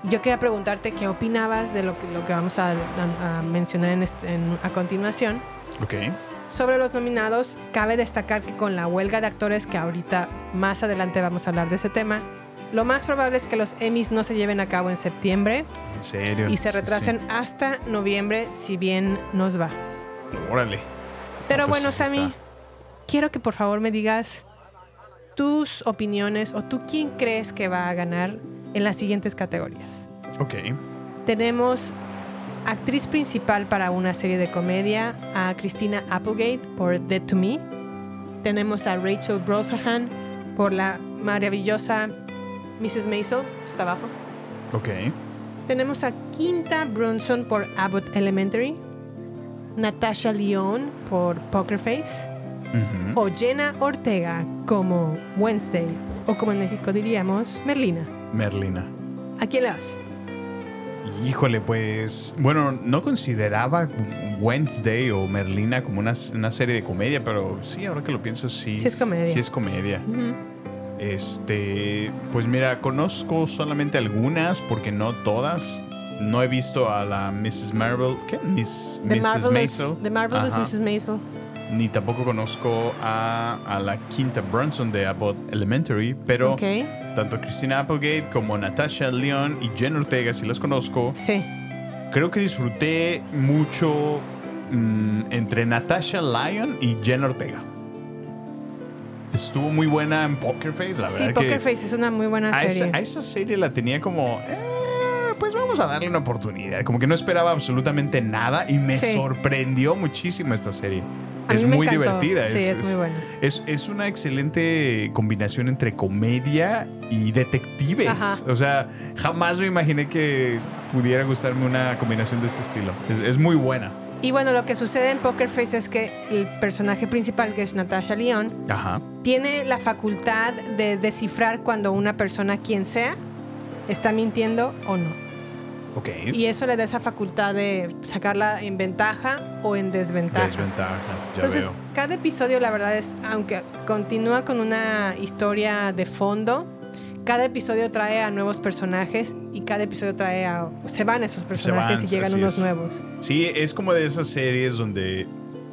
Speaker 5: Yo quería preguntarte qué opinabas de lo que, lo que vamos a, a- a mencionar en este- en- a continuación.
Speaker 6: Ok.
Speaker 5: Sobre los nominados, cabe destacar que con la huelga de actores, que ahorita más adelante vamos a hablar de ese tema, lo más probable es que los Emmys no se lleven a cabo en septiembre
Speaker 6: En serio.
Speaker 5: y se
Speaker 6: Sí, sí.
Speaker 5: retrasen hasta noviembre, si bien nos va.
Speaker 6: Órale.
Speaker 5: Pero bueno,
Speaker 6: Entonces, Ah, pues está.
Speaker 5: Sammy, quiero que por favor me digas tus opiniones o tú quién crees que va a ganar en las siguientes categorías.
Speaker 6: Ok.
Speaker 5: Tenemos actriz principal para una serie de comedia a Christina Applegate por Dead to Me. Tenemos a Rachel Brosnahan por la maravillosa Mrs. Maisel, hasta abajo.
Speaker 6: Ok.
Speaker 5: Tenemos a Quinta Brunson por Abbott Elementary, Natasha Leon por Poker Face,
Speaker 6: Ujú.
Speaker 5: o Jenna Ortega como Wednesday, o como en México diríamos, Merlina.
Speaker 6: Merlina.
Speaker 5: ¿A quién le das?
Speaker 6: Híjole, pues. Bueno, no consideraba Wednesday o Merlina como una, una serie de comedia, pero sí, ahora que lo pienso, sí.
Speaker 5: Sí es comedia.
Speaker 6: Sí es comedia.
Speaker 5: Ujú.
Speaker 6: Este. Pues mira, conozco solamente algunas, porque no todas. No he visto a la Mrs. Marvel. ¿Qué? Miss,
Speaker 5: The
Speaker 6: Mrs.
Speaker 5: Marvelous,
Speaker 6: Maisel.
Speaker 5: The Marvelous
Speaker 6: Ajá.
Speaker 5: Mrs. Maisel.
Speaker 6: Ni tampoco conozco a, a la Quinta Brunson de Abbott Elementary, pero
Speaker 5: Ok.
Speaker 6: tanto Christina Applegate como Natasha Leon y Jen Ortega, si las conozco,
Speaker 5: Sí.
Speaker 6: creo que disfruté mucho mm, entre Natasha Lyon y Jen Ortega. Estuvo muy buena en Poker Face, la
Speaker 5: Sí,
Speaker 6: verdad.
Speaker 5: Poker
Speaker 6: que Ah,
Speaker 5: Face es una muy buena
Speaker 6: a, esa,
Speaker 5: serie.
Speaker 6: a esa serie la tenía como, "Eh, pues vamos a darle una oportunidad. Como que no esperaba absolutamente nada y me
Speaker 5: Sí.
Speaker 6: sorprendió muchísimo esta serie.
Speaker 5: A
Speaker 6: es
Speaker 5: mí me
Speaker 6: muy
Speaker 5: encantó.
Speaker 6: divertida.
Speaker 5: Sí, es muy buena.
Speaker 6: Es, es una excelente combinación entre comedia y detectives.
Speaker 5: Ajá.
Speaker 6: O sea, jamás me imaginé que pudiera gustarme una combinación de este estilo. Es, es muy buena.
Speaker 5: Y bueno, lo que sucede en Poker Face es que el personaje principal, que es Natasha Leon,
Speaker 6: Ajá.
Speaker 5: tiene la facultad de descifrar cuando una persona, quien sea, está mintiendo o no.
Speaker 6: Ok.
Speaker 5: Y eso le da esa facultad de sacarla en ventaja o en desventaja.
Speaker 6: Desventaja. Ya
Speaker 5: Entonces,
Speaker 6: veo.
Speaker 5: cada episodio, la verdad es, aunque continúa con una historia de fondo, cada episodio trae a nuevos personajes y cada episodio trae a. Se van esos personajes y llegan
Speaker 6: así
Speaker 5: unos
Speaker 6: es.
Speaker 5: nuevos.
Speaker 6: Sí, es como de esas series donde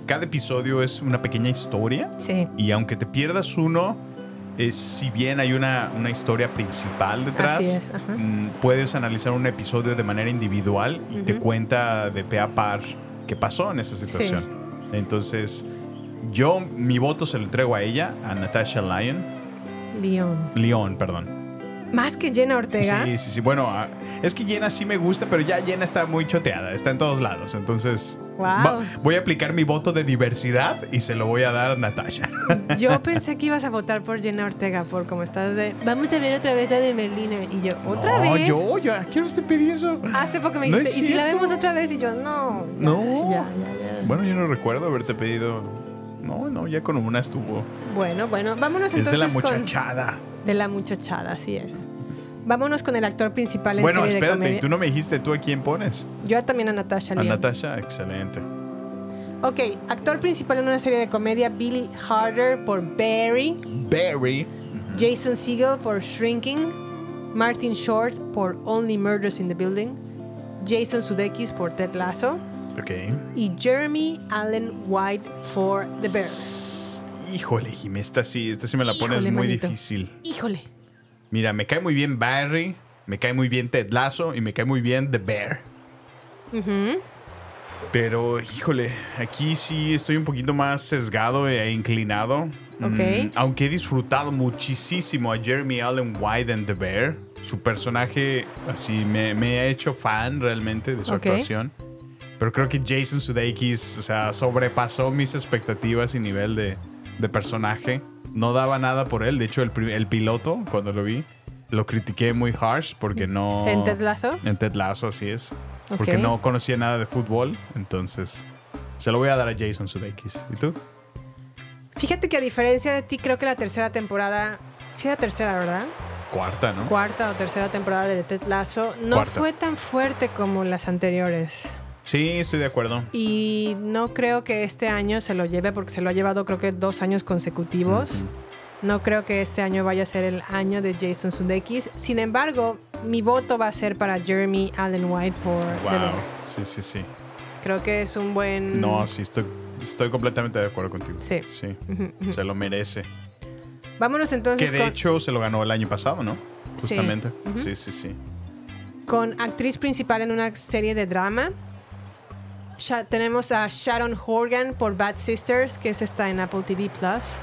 Speaker 6: cada episodio es una pequeña historia.
Speaker 5: Sí.
Speaker 6: Y aunque te pierdas uno, es, si bien hay una, una historia principal detrás,
Speaker 5: Así es, ajá.
Speaker 6: mm, puedes analizar un episodio de manera individual y te
Speaker 5: Ujú.
Speaker 6: cuenta de pe a par qué pasó en esa situación. Entonces, yo mi voto se lo entrego a ella, a Natasha Lyon.
Speaker 5: Leon.
Speaker 6: León, perdón.
Speaker 5: Más que Jenna Ortega.
Speaker 6: Sí, sí, sí. Bueno, a- es que Jenna sí me gusta, pero ya Jenna está muy choteada, está en todos lados. Entonces,
Speaker 5: Wow.
Speaker 6: voy a aplicar mi voto de diversidad y se lo voy a dar a Natasha.
Speaker 5: Yo pensé que ibas a votar por Jenna Ortega, por como estás de. Vamos a ver otra vez la de Merlina. Y yo, ¿otra
Speaker 6: no,
Speaker 5: vez? Ah,
Speaker 6: yo, yo, ¿a quién te pedí eso?
Speaker 5: Hace poco me
Speaker 6: No
Speaker 5: dijiste,
Speaker 6: es
Speaker 5: ¿y si la
Speaker 6: cierto.
Speaker 5: vemos otra vez? Y yo, no. ya,
Speaker 6: No.
Speaker 5: ya, ya, ya".
Speaker 6: Bueno, yo no recuerdo haberte pedido. No, no, ya con una estuvo.
Speaker 5: Bueno, bueno, vámonos
Speaker 6: es de
Speaker 5: entonces
Speaker 6: la
Speaker 5: con.
Speaker 6: muchachada.
Speaker 5: De la muchachada, así es. Vámonos con el actor principal en
Speaker 6: Bueno,
Speaker 5: serie de
Speaker 6: espérate,
Speaker 5: comedia.
Speaker 6: tú no me dijiste tú a quién pones.
Speaker 5: Yo también a Natasha
Speaker 6: A
Speaker 5: Lyonne.
Speaker 6: Natasha, excelente.
Speaker 5: Ok, actor principal en una serie de comedia, Bill Harder por Barry,
Speaker 6: Barry.
Speaker 5: Jason Segel por Shrinking, Martin Short por Only Murders in the Building, Jason Sudeikis por Ted Lasso
Speaker 6: Ok.
Speaker 5: y Jeremy Allen White por The Bear.
Speaker 6: Híjole, Jimé, esta sí, esta sí me la pones
Speaker 5: Híjole,
Speaker 6: muy
Speaker 5: manito.
Speaker 6: difícil.
Speaker 5: Híjole.
Speaker 6: Mira, me cae muy bien Barry, me cae muy bien Ted Lasso y me cae muy bien The Bear.
Speaker 5: Ujú.
Speaker 6: Pero, híjole, aquí sí estoy un poquito más sesgado e inclinado. Mm,
Speaker 5: Ok.
Speaker 6: aunque he disfrutado muchísimo a Jeremy Allen White en The Bear. Su personaje, así, me, me ha hecho fan realmente de su
Speaker 5: Ok.
Speaker 6: actuación. Pero creo que Jason Sudeikis, o sea, sobrepasó mis expectativas y nivel de, de personaje. No daba nada por él. De hecho, el, pri- el piloto, cuando lo vi, lo critiqué muy harsh porque no...
Speaker 5: ¿En Ted Lasso?
Speaker 6: En Ted Lasso, así es.
Speaker 5: Ok.
Speaker 6: Porque no conocía nada de fútbol, entonces se lo voy a dar a Jason Sudeikis. ¿Y tú?
Speaker 5: Fíjate que a diferencia de ti, creo que la tercera temporada, sí era tercera, ¿verdad?
Speaker 6: Cuarta, ¿no?
Speaker 5: Cuarta o tercera temporada de Ted Lasso, no
Speaker 6: Cuarta.
Speaker 5: fue tan fuerte como las anteriores.
Speaker 6: sí, estoy de acuerdo.
Speaker 5: Y no creo que este año se lo lleve porque se lo ha llevado creo que dos años consecutivos. No creo que este año vaya a ser el año de Jason Sudeikis. Sin embargo, mi voto va a ser para Jeremy Allen White por The
Speaker 6: Wow.
Speaker 5: Bear.
Speaker 6: Sí, sí, sí.
Speaker 5: Creo que es un buen
Speaker 6: No, sí, estoy, estoy completamente de acuerdo contigo.
Speaker 5: Mm. Sí.
Speaker 6: Sí.
Speaker 5: Ujú, ujú.
Speaker 6: Se lo merece.
Speaker 5: Vámonos entonces
Speaker 6: Que de
Speaker 5: con,
Speaker 6: hecho se lo ganó el año pasado, ¿no?
Speaker 5: Sí.
Speaker 6: Justamente.
Speaker 5: Ujú.
Speaker 6: Sí, sí, sí.
Speaker 5: con actriz principal en una serie de drama. Sha- tenemos a Sharon Horgan por Bad Sisters, que esa está en Apple TV Plus.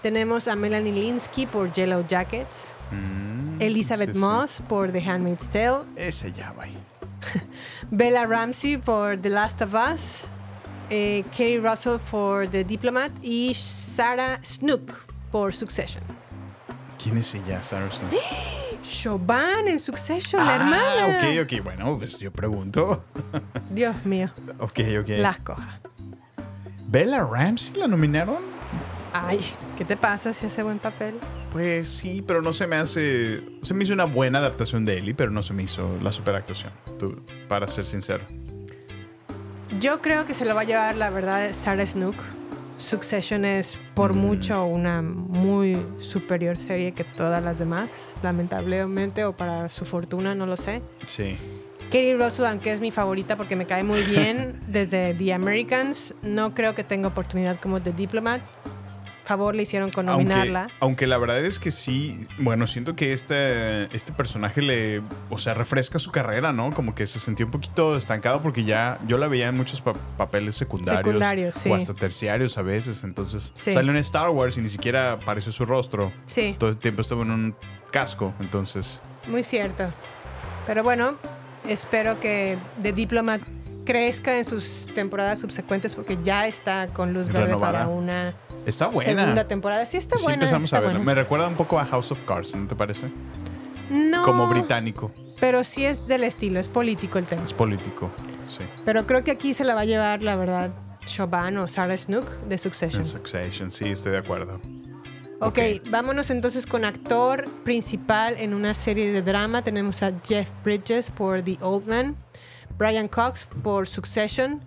Speaker 5: Tenemos a Melanie Linsky por Yellow Jackets.
Speaker 6: Mm,
Speaker 5: Elizabeth
Speaker 6: sí, sí.
Speaker 5: Moss por The Handmaid's Tale,
Speaker 6: Ese ya va. ahí.
Speaker 5: Bella Ramsey por The Last of Us, eh, Kerry Russell por The Diplomat y Sarah Snook por Succession.
Speaker 6: ¿Quién es ella, Saracen?
Speaker 5: Chauvin en Succession, ¡Eh, la hermana.
Speaker 6: Ah, ok, ok. Bueno, pues yo pregunto.
Speaker 5: Dios mío,
Speaker 6: Ok, ok.
Speaker 5: las cojas.
Speaker 6: ¿Bella Ramsey la nominaron?
Speaker 5: Ay, ¿qué te pasa si hace buen papel?
Speaker 6: Pues sí, pero no se me hace. Se me hizo una buena adaptación de Ellie, pero no se me hizo la superactuación. tú- para ser sincero.
Speaker 5: Yo creo que se lo va a llevar, la verdad, Sarah Snook. Succession es por mucho una muy superior serie que todas las demás, lamentablemente, o para su fortuna, no lo sé.
Speaker 6: Sí.
Speaker 5: Kerry Russell, aunque es mi favorita porque me cae muy bien desde The Americans, no creo que tenga oportunidad como The Diplomat. Favor le hicieron con nominarla.
Speaker 6: Aunque, aunque la verdad es que sí. Bueno, siento que este, este personaje le. O sea, refresca su carrera, ¿no? Como que se sentía un poquito estancado porque ya yo la veía en muchos pa- papeles secundarios.
Speaker 5: Secundarios, sí.
Speaker 6: O hasta terciarios a veces. Entonces
Speaker 5: Sí.
Speaker 6: salió en Star Wars y ni siquiera apareció su rostro.
Speaker 5: Sí,
Speaker 6: Todo el tiempo estuvo en un casco. Entonces.
Speaker 5: muy cierto. Pero bueno, espero que The Diplomat crezca en sus temporadas subsecuentes porque ya está con luz verde
Speaker 6: Renovará.
Speaker 5: para una
Speaker 6: Está Ah, buena.
Speaker 5: segunda temporada. Sí está
Speaker 6: sí
Speaker 5: buena.
Speaker 6: empezamos
Speaker 5: está
Speaker 6: a verla.
Speaker 5: buena.
Speaker 6: Me recuerda un poco a House of Cards, ¿no te parece?
Speaker 5: No,
Speaker 6: Como británico.
Speaker 5: pero sí es del estilo, es político el tema.
Speaker 6: Es político. Sí.
Speaker 5: Pero creo que aquí se la va a llevar, la verdad, Chauvin o Sarah Snook de Succession.
Speaker 6: En Succession, sí, estoy de acuerdo.
Speaker 5: Ok,
Speaker 6: Ok.
Speaker 5: vámonos entonces con actor principal en una serie de drama. Tenemos a Jeff Bridges por The Old Man, Brian Cox por Succession,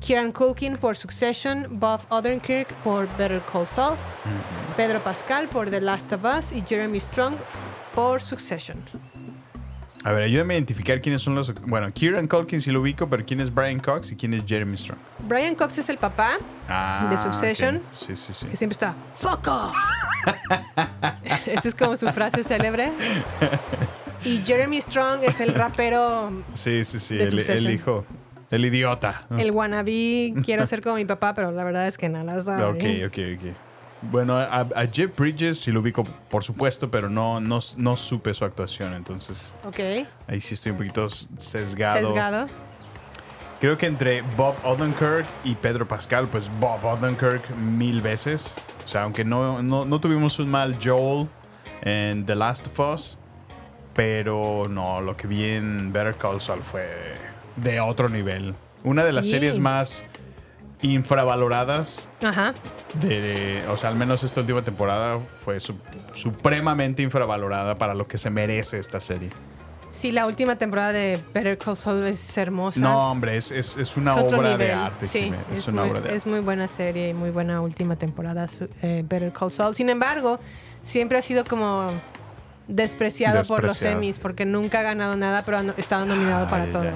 Speaker 5: Kieran Culkin por Succession, Bob Odenkirk por Better Call Saul, Pedro Pascal por The Last of Us y Jeremy Strong por Succession.
Speaker 6: A ver, ayúdame a identificar quiénes son los. Bueno, Kieran Culkin sí lo ubico, pero quién es Brian Cox y quién es Jeremy Strong.
Speaker 5: Brian Cox es el papá,
Speaker 6: Ah.
Speaker 5: ¿De Succession?
Speaker 6: ok. Sí, sí, sí.
Speaker 5: que siempre está ¡Fuck off! Esa es como su frase célebre. Y Jeremy Strong es el rapero
Speaker 6: Sí, sí, sí.
Speaker 5: de
Speaker 6: El, el
Speaker 5: Succession.
Speaker 6: hijo. El idiota.
Speaker 5: El wannabe, quiero ser como mi papá, pero la verdad es que nada la sabe.
Speaker 6: Ok, ok, ok. Bueno, a, a Jeff Bridges sí lo ubico, por supuesto, pero no, no, no supe su actuación, entonces
Speaker 5: Ok,
Speaker 6: ahí sí estoy un poquito sesgado.
Speaker 5: sesgado.
Speaker 6: Creo que entre Bob Odenkirk y Pedro Pascal, pues Bob Odenkirk mil veces. O sea, aunque no, no, no tuvimos un mal Joel en The Last of Us, pero no, lo que vi en Better Call Saul fue de otro nivel. Una de las
Speaker 5: Sí.
Speaker 6: series más infravaloradas
Speaker 5: Ajá.
Speaker 6: de, o sea, al menos esta última temporada fue su- supremamente infravalorada para lo que se merece esta serie.
Speaker 5: Sí, la última temporada de Better Call Saul es hermosa.
Speaker 6: No, hombre, es, es- es una
Speaker 5: Es otro
Speaker 6: obra de
Speaker 5: nivel.
Speaker 6: arte,
Speaker 5: Sí,
Speaker 6: Jimé, Es, una
Speaker 5: muy,
Speaker 6: obra de
Speaker 5: es muy buena serie y muy buena última temporada, su- eh, Better Call Saul. Sin embargo, siempre ha sido como despreciado, por los
Speaker 6: Despreciado.
Speaker 5: Emmys porque nunca ha ganado nada, pero ha no- estado nominado para
Speaker 6: Ay,
Speaker 5: todo.
Speaker 6: ya.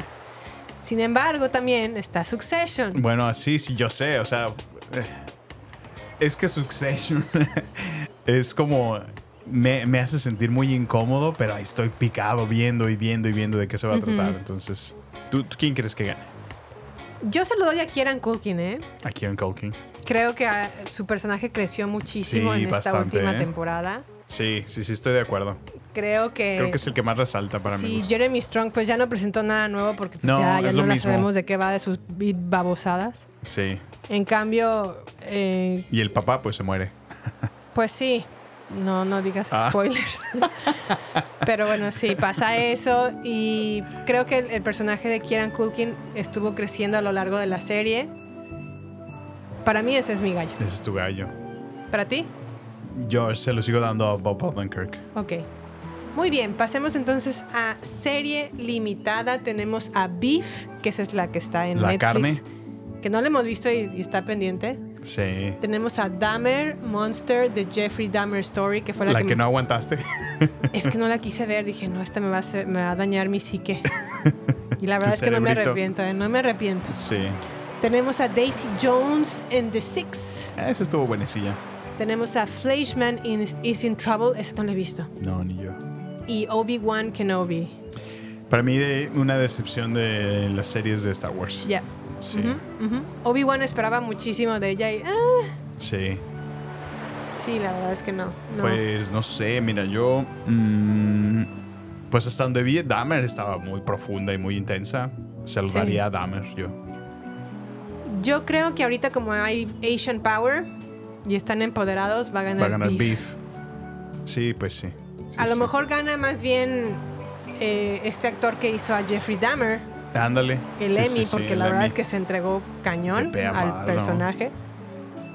Speaker 5: Sin embargo, también está Succession.
Speaker 6: arte. Bueno, así sí, yo sé, o sea. eh, Es que Succession es como. Me, me hace sentir muy incómodo, pero ahí estoy picado viendo y viendo y viendo de qué se va a
Speaker 5: Ujú.
Speaker 6: tratar. Entonces, ¿tú, tú quién crees que gane?
Speaker 5: Yo se lo doy a Kieran Culkin, ¿eh?
Speaker 6: ¿A Kieran Culkin?
Speaker 5: Creo que ah, su personaje creció muchísimo
Speaker 6: Sí,
Speaker 5: en esta
Speaker 6: bastante,
Speaker 5: última
Speaker 6: ¿eh?
Speaker 5: temporada.
Speaker 6: Sí, sí, sí, estoy de acuerdo.
Speaker 5: Creo que...
Speaker 6: Creo que es el que más resalta para mí.
Speaker 5: Sí, Jeremy Strong pues ya no presentó nada nuevo porque pues,
Speaker 6: No,
Speaker 5: ya, ya
Speaker 6: es
Speaker 5: no
Speaker 6: lo
Speaker 5: la
Speaker 6: mismo.
Speaker 5: sabemos de qué va de sus bi- babosadas.
Speaker 6: Sí.
Speaker 5: En cambio, eh,
Speaker 6: Y el papá, pues se muere.
Speaker 5: pues sí, no, no digas
Speaker 6: Ah.
Speaker 5: spoilers. Pero bueno, sí, pasa eso y creo que el, el personaje de Kieran Culkin estuvo creciendo a lo largo de la serie. Para mí ese es mi gallo.
Speaker 6: Ese es tu gallo.
Speaker 5: ¿Para ti?
Speaker 6: Yo se lo sigo dando a Bob Odenkirk.
Speaker 5: Ok. Muy bien, pasemos entonces a serie limitada. Tenemos a Beef, que esa es la que está en
Speaker 6: La
Speaker 5: Netflix. Que no la hemos visto y, y está pendiente.
Speaker 6: Sí.
Speaker 5: Tenemos a Dahmer, Monster, The Jeffrey Dahmer Story, que fue la,
Speaker 6: La que
Speaker 5: me-
Speaker 6: no aguantaste.
Speaker 5: Es que no la quise ver, dije, no, esta me va a, hacer- me va a dañar mi psique. Y la verdad es que no me
Speaker 6: cerebrito.
Speaker 5: arrepiento, eh, no me arrepiento.
Speaker 6: Sí.
Speaker 5: Tenemos a Daisy Jones and The Six.
Speaker 6: Esa estuvo buenecilla.
Speaker 5: Tenemos a Fleischman in, is in Trouble, esa no la he visto.
Speaker 6: No, ni yo.
Speaker 5: Y Obi-Wan Kenobi.
Speaker 6: Para mí, de- una decepción de las series de Star Wars.
Speaker 5: Ya.
Speaker 6: Sí.
Speaker 5: Ujú, ujú. Obi-Wan esperaba muchísimo de ella y. ah,
Speaker 6: Sí.
Speaker 5: sí, la verdad es que no. no.
Speaker 6: Pues no sé, mira, yo. mm, pues hasta donde vi, Dahmer estaba muy profunda y muy intensa. Se lo
Speaker 5: Sí.
Speaker 6: daría a Dahmer, yo.
Speaker 5: Yo creo que ahorita, como hay Asian Power y están empoderados, va a ganar,
Speaker 6: Va a ganar
Speaker 5: Beef.
Speaker 6: beef. Sí, pues sí. Sí,
Speaker 5: a lo
Speaker 6: sí.
Speaker 5: mejor gana más bien eh, este actor que hizo a Jeffrey Dahmer,
Speaker 6: Ándale.
Speaker 5: el
Speaker 6: Sí, sí,
Speaker 5: Emmy,
Speaker 6: sí,
Speaker 5: porque
Speaker 6: el
Speaker 5: la verdad
Speaker 6: Emmy.
Speaker 5: es que se entregó
Speaker 6: De
Speaker 5: cañón
Speaker 6: pe a
Speaker 5: al
Speaker 6: palo.
Speaker 5: personaje.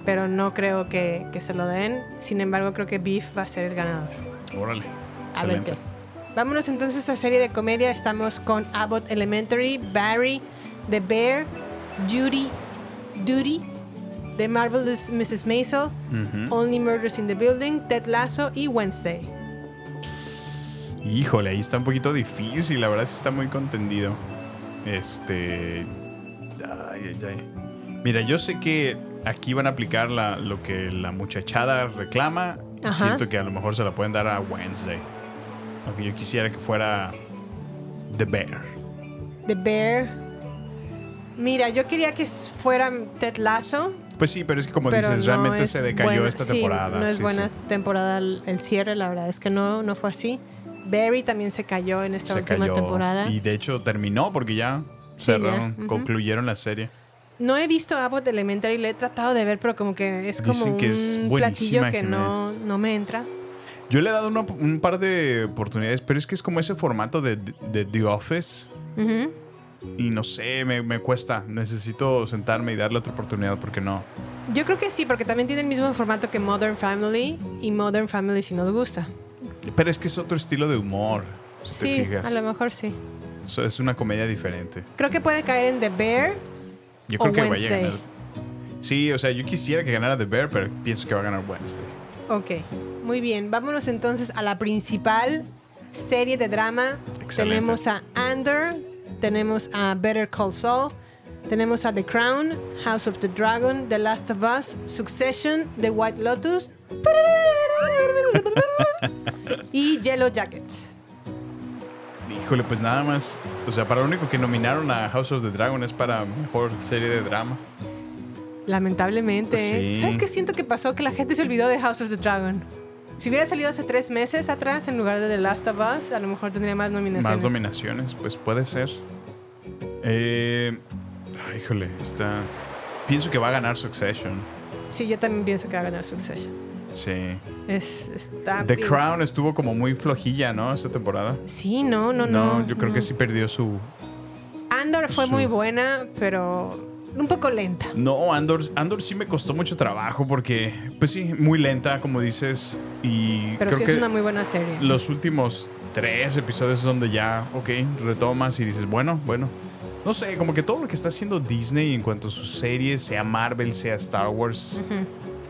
Speaker 5: Pero no creo que, que se lo den. Sin embargo, creo que Beef va a ser el ganador.
Speaker 6: Órale.
Speaker 5: A ver
Speaker 6: Excelente.
Speaker 5: qué. Vámonos entonces a serie de comedia. Estamos con Abbott Elementary, Barry, The Bear, Judy, Duty, The Marvelous Mrs. Maisel,
Speaker 6: Ujú.
Speaker 5: Only Murders in the Building, Ted Lasso y Wednesday.
Speaker 6: Híjole, ahí está un poquito difícil, la verdad sí está muy contendido. Este. Ay, ay, ay. Mira, yo sé que aquí van a aplicar la- lo que la muchachada reclama.
Speaker 5: Ajá.
Speaker 6: Siento que a lo mejor se la pueden dar a Wednesday. Aunque yo quisiera que fuera The Bear.
Speaker 5: The Bear. Mira, yo quería que fuera Ted Lasso.
Speaker 6: Pues sí, pero es que como
Speaker 5: pero no
Speaker 6: dices, realmente
Speaker 5: es
Speaker 6: se decayó
Speaker 5: buena-
Speaker 6: esta
Speaker 5: sí,
Speaker 6: temporada.
Speaker 5: no es
Speaker 6: sí,
Speaker 5: buena
Speaker 6: sí.
Speaker 5: temporada el, el cierre, la verdad es que no, no fue así. Barry también se cayó en esta
Speaker 6: Se
Speaker 5: última
Speaker 6: cayó.
Speaker 5: temporada.
Speaker 6: Y de hecho terminó porque ya
Speaker 5: Sí, ya.
Speaker 6: cerraron,
Speaker 5: Ujú.
Speaker 6: concluyeron la serie.
Speaker 5: No he visto Abbott Elementary, le he tratado de ver, pero como que es como
Speaker 6: Dicen que es
Speaker 5: un
Speaker 6: buenísima, eh.
Speaker 5: platillo que
Speaker 6: Jimena.
Speaker 5: no, no me entra.
Speaker 6: Yo le he dado una- un par de oportunidades, pero es que es como ese formato de, de The Office.
Speaker 5: Ujú.
Speaker 6: Y no sé, me, me cuesta. Necesito sentarme y darle otra oportunidad porque no.
Speaker 5: Yo creo que sí, porque también tiene el mismo formato que Modern Family y Modern Family si nos gusta.
Speaker 6: Pero es que es otro estilo de humor, si te
Speaker 5: Sí, a
Speaker 6: fijas.
Speaker 5: lo mejor sí.
Speaker 6: So- Es una comedia diferente.
Speaker 5: Creo que puede caer en The Bear.
Speaker 6: Yo
Speaker 5: O
Speaker 6: creo que vaya a
Speaker 5: Wednesday.
Speaker 6: ganar. Sí, o sea, yo quisiera que ganara The Bear, pero pienso que va a ganar Wednesday.
Speaker 5: Ok, muy bien. Vámonos entonces a la principal serie de drama.
Speaker 6: Excelente.
Speaker 5: Tenemos a Under, tenemos a Better Call Saul, tenemos a The Crown, House of the Dragon, The Last of Us, Succession, The White Lotus y Yellow Jacket.
Speaker 6: Híjole, pues nada más. O sea, para lo único que nominaron a House of the Dragon es para mejor serie de drama.
Speaker 5: Lamentablemente. ¿eh?
Speaker 6: Pues Sí.
Speaker 5: ¿Sabes qué siento que pasó? Que la gente se olvidó de House of the Dragon. Si hubiera salido hace tres meses atrás en lugar de The Last of Us, a lo mejor tendría más nominaciones.
Speaker 6: Más dominaciones, pues puede ser. Eh, ay, híjole, está. Pienso que va a ganar Succession.
Speaker 5: Sí, yo también pienso que va a ganar Succession.
Speaker 6: Sí.
Speaker 5: Es, está
Speaker 6: The
Speaker 5: Ah, bien.
Speaker 6: Crown estuvo como muy flojilla, ¿no? Esta temporada.
Speaker 5: Sí, no, no, no.
Speaker 6: yo creo
Speaker 5: no.
Speaker 6: que sí perdió su.
Speaker 5: Andor fue
Speaker 6: su-
Speaker 5: muy buena, pero un poco lenta.
Speaker 6: No, Andor, Andor sí me costó mucho trabajo porque, pues sí, muy lenta, como dices. Y
Speaker 5: Pero
Speaker 6: creo
Speaker 5: sí
Speaker 6: que
Speaker 5: es una muy buena serie.
Speaker 6: los últimos tres episodios es donde ya, ok, retomas y dices, bueno, bueno. No sé, como que todo lo que está haciendo Disney en cuanto a sus series, sea Marvel, sea Star Wars,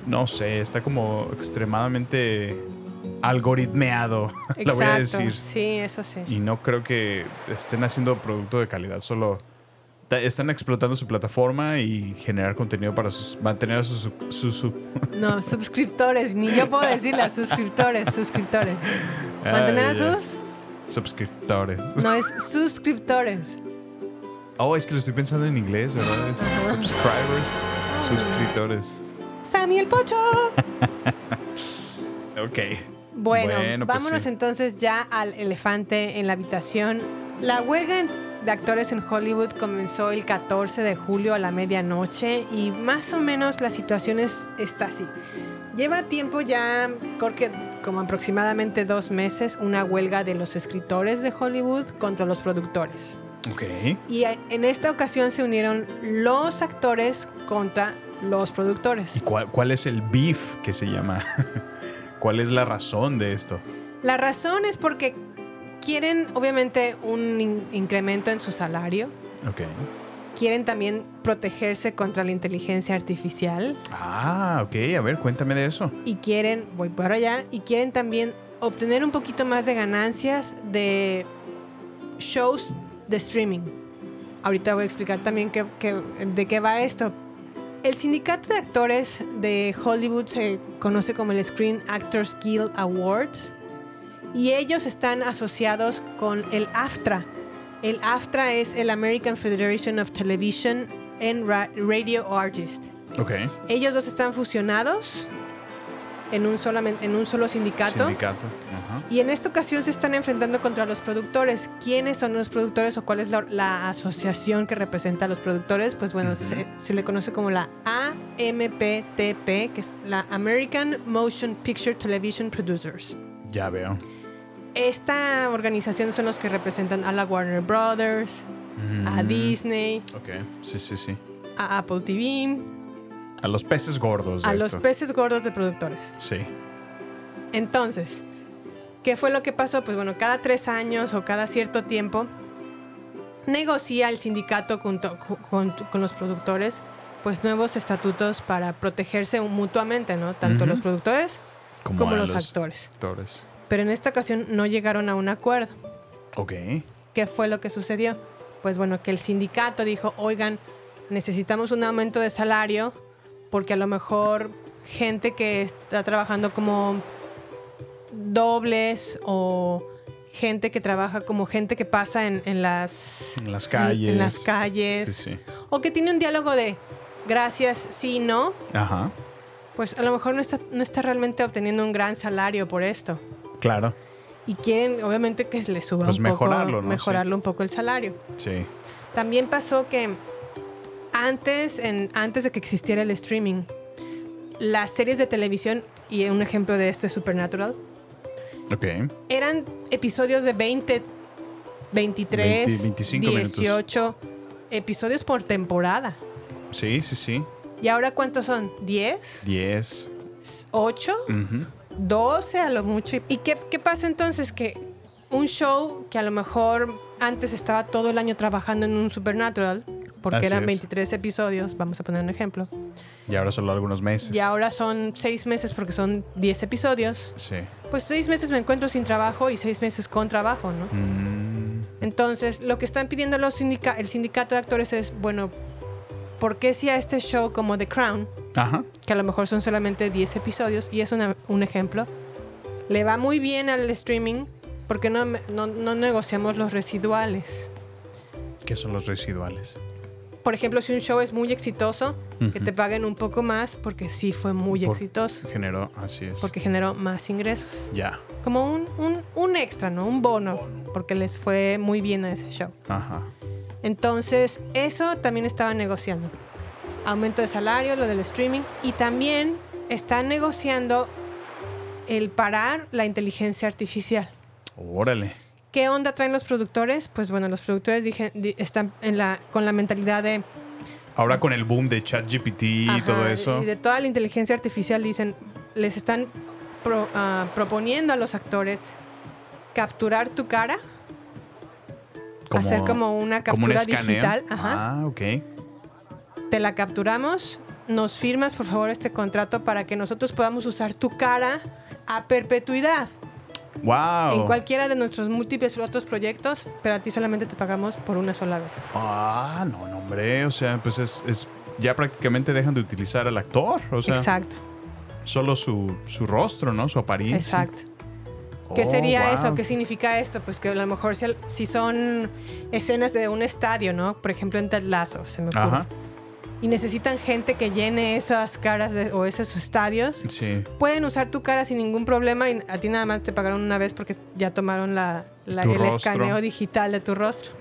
Speaker 6: no sé, está como extremadamente algoritmeado, lo voy a
Speaker 5: Exacto,
Speaker 6: decir.
Speaker 5: Sí, eso sí.
Speaker 6: Y no creo que estén haciendo producto de calidad, solo ta- están explotando su plataforma y generar contenido para sus, mantener a sus, sus- sus-
Speaker 5: No, suscriptores, ni yo puedo decirla, suscriptores, suscriptores. Mantener
Speaker 6: Ay,
Speaker 5: a
Speaker 6: ya.
Speaker 5: sus,
Speaker 6: suscriptores.
Speaker 5: no es suscriptores.
Speaker 6: Oh, es que lo estoy pensando en inglés, ¿verdad? Es subscribers, suscriptores.
Speaker 5: Sammy el Pocho.
Speaker 6: Ok.
Speaker 5: Bueno,
Speaker 6: Bueno, pues
Speaker 5: vámonos
Speaker 6: sí.
Speaker 5: entonces ya al elefante en la habitación. La huelga en- de actores en Hollywood comenzó el 14 de julio a la medianoche y más o menos la situación es, está así. Lleva tiempo ya, creo que como aproximadamente dos meses, una huelga de los escritores de Hollywood contra los productores.
Speaker 6: Ok.
Speaker 5: Y a- en esta ocasión se unieron los actores contra los productores.
Speaker 6: ¿Y cuál, cuál es el beef que se llama? ¿Cuál es la razón de esto?
Speaker 5: La razón es porque quieren obviamente un in- incremento en su salario,
Speaker 6: Ok.
Speaker 5: quieren también protegerse contra la inteligencia artificial
Speaker 6: Ah, ok. A ver, cuéntame de eso.
Speaker 5: y quieren, voy para allá, y quieren también obtener un poquito más de ganancias de shows de streaming. Ahorita voy a explicar también qué- qué- de qué va esto. El sindicato de actores de Hollywood se conoce como el Screen Actors Guild Awards y ellos están asociados con el AFTRA. El AFTRA es el American Federation of Television and Ra- Radio Artists.
Speaker 6: Ok.
Speaker 5: Ellos dos están fusionados en un, solamen- en un solo sindicato.
Speaker 6: Sindicato. Ajá.
Speaker 5: y en esta ocasión se están enfrentando contra los productores. ¿Quiénes son los productores o cuál es la, la asociación que representa a los productores? Pues bueno, se, se le conoce como la AMPTP, que es la American Motion Picture Television Producers.
Speaker 6: Ya veo.
Speaker 5: Esta organización son los que representan a la Warner Brothers, a
Speaker 6: Mm.
Speaker 5: Disney,
Speaker 6: Ok. Sí, sí, sí.
Speaker 5: a Apple TV,
Speaker 6: A los peces gordos. de
Speaker 5: a los
Speaker 6: esto.
Speaker 5: peces gordos de productores.
Speaker 6: Sí.
Speaker 5: Entonces, ¿qué fue lo que pasó? Pues bueno, cada tres años o cada cierto tiempo negocia el sindicato junto- ju- con, con los productores pues nuevos estatutos para protegerse mutuamente, ¿no? Tanto
Speaker 6: Ujú.
Speaker 5: los productores como,
Speaker 6: a
Speaker 5: los, actores.
Speaker 6: actores.
Speaker 5: Pero en esta ocasión no llegaron a un acuerdo.
Speaker 6: Ok.
Speaker 5: ¿Qué fue lo que sucedió? Pues bueno, que el sindicato dijo, oigan, necesitamos un aumento de salario porque a lo mejor gente que está trabajando como dobles o gente que trabaja como gente que pasa en, en las,
Speaker 6: En las
Speaker 5: en-
Speaker 6: calles.
Speaker 5: en las calles
Speaker 6: Sí, sí.
Speaker 5: o que tiene un diálogo de gracias, sí, no,
Speaker 6: Ajá.
Speaker 5: pues a lo mejor no está, no está realmente obteniendo un gran salario por esto.
Speaker 6: Claro.
Speaker 5: Y quieren, obviamente, que le suba
Speaker 6: Pues
Speaker 5: un
Speaker 6: mejorarlo,
Speaker 5: poco,
Speaker 6: ¿no?
Speaker 5: mejorarlo un poco el salario.
Speaker 6: Sí.
Speaker 5: También pasó que antes, en, antes de que existiera el streaming, las series de televisión, y un ejemplo de esto es Supernatural,
Speaker 6: Ok.
Speaker 5: eran episodios de 20, 23,
Speaker 6: 20, 25 minutos.
Speaker 5: 18 episodios por temporada.
Speaker 6: Sí, sí, sí.
Speaker 5: ¿Y ahora cuántos son? ¿10?
Speaker 6: 10.
Speaker 5: ¿8? 12 a lo mucho. ¿Y qué, qué pasa entonces? Que un show que a lo mejor antes estaba todo el año trabajando en un Supernatural, porque
Speaker 6: Así
Speaker 5: eran
Speaker 6: es.
Speaker 5: 23 episodios, vamos a poner un ejemplo,
Speaker 6: Y ahora solo algunos meses.
Speaker 5: y ahora son 6 meses porque son 10 episodios,
Speaker 6: Sí.
Speaker 5: pues 6 meses me encuentro sin trabajo y 6 meses con trabajo, ¿no?
Speaker 6: Mm,
Speaker 5: Entonces, lo que están pidiendo los sindica- el sindicato de actores es, bueno, ¿por qué si a este show como The Crown,
Speaker 6: Ajá.
Speaker 5: que a lo mejor son solamente 10 episodios, y es una- un ejemplo, le va muy bien al streaming porque no, me- no- no negociamos los residuales.
Speaker 6: ¿Qué son los residuales?
Speaker 5: Por ejemplo, si un show es muy exitoso, que
Speaker 6: Ujú.
Speaker 5: te paguen un poco más porque sí fue muy
Speaker 6: Por-
Speaker 5: exitoso,
Speaker 6: Generó, así es.
Speaker 5: porque generó más ingresos.
Speaker 6: Ya.
Speaker 5: Como un, un- un extra, ¿no? Un bono, porque les fue muy bien a ese show.
Speaker 6: Ajá.
Speaker 5: Entonces, eso también estaban negociando. Aumento de salario, lo del streaming. Y también están negociando el parar la inteligencia artificial.
Speaker 6: Órale.
Speaker 5: ¿Qué onda traen los productores? Pues bueno, los productores dije- di- están en la, con la mentalidad de...
Speaker 6: Ahora con el boom de ChatGPT y
Speaker 5: ajá,
Speaker 6: todo eso.
Speaker 5: Y de toda la inteligencia artificial dicen, les están pro- ah, proponiendo a los actores capturar tu cara,
Speaker 6: Como-
Speaker 5: hacer como una
Speaker 6: como un
Speaker 5: captura
Speaker 6: escaneo.
Speaker 5: digital. Ajá.
Speaker 6: Ah, ok.
Speaker 5: Te la capturamos, nos firmas por favor este contrato para que nosotros podamos usar tu cara a perpetuidad
Speaker 6: Wow.
Speaker 5: en cualquiera de nuestros múltiples otros proyectos, pero a ti solamente te pagamos por una sola vez.
Speaker 6: Ah, no, no, hombre. O sea, pues es, es- Ya prácticamente dejan de utilizar al actor. O sea,
Speaker 5: Exacto,
Speaker 6: solo su, su rostro, ¿no? Su apariencia.
Speaker 5: exacto. ¿Qué
Speaker 6: Oh,
Speaker 5: sería
Speaker 6: wow.
Speaker 5: eso? ¿Qué significa esto? Pues que a lo mejor si, al- si son escenas de un estadio, ¿no? Por ejemplo, en Ted Lasso, se me ocurre.
Speaker 6: Ajá.
Speaker 5: Y necesitan gente que llene esas caras de- o esos estadios.
Speaker 6: Sí.
Speaker 5: Pueden usar tu cara sin ningún problema y a ti nada más te pagaron una vez porque ya tomaron la, la-
Speaker 6: Tu
Speaker 5: el
Speaker 6: rostro.
Speaker 5: escaneo digital de tu rostro.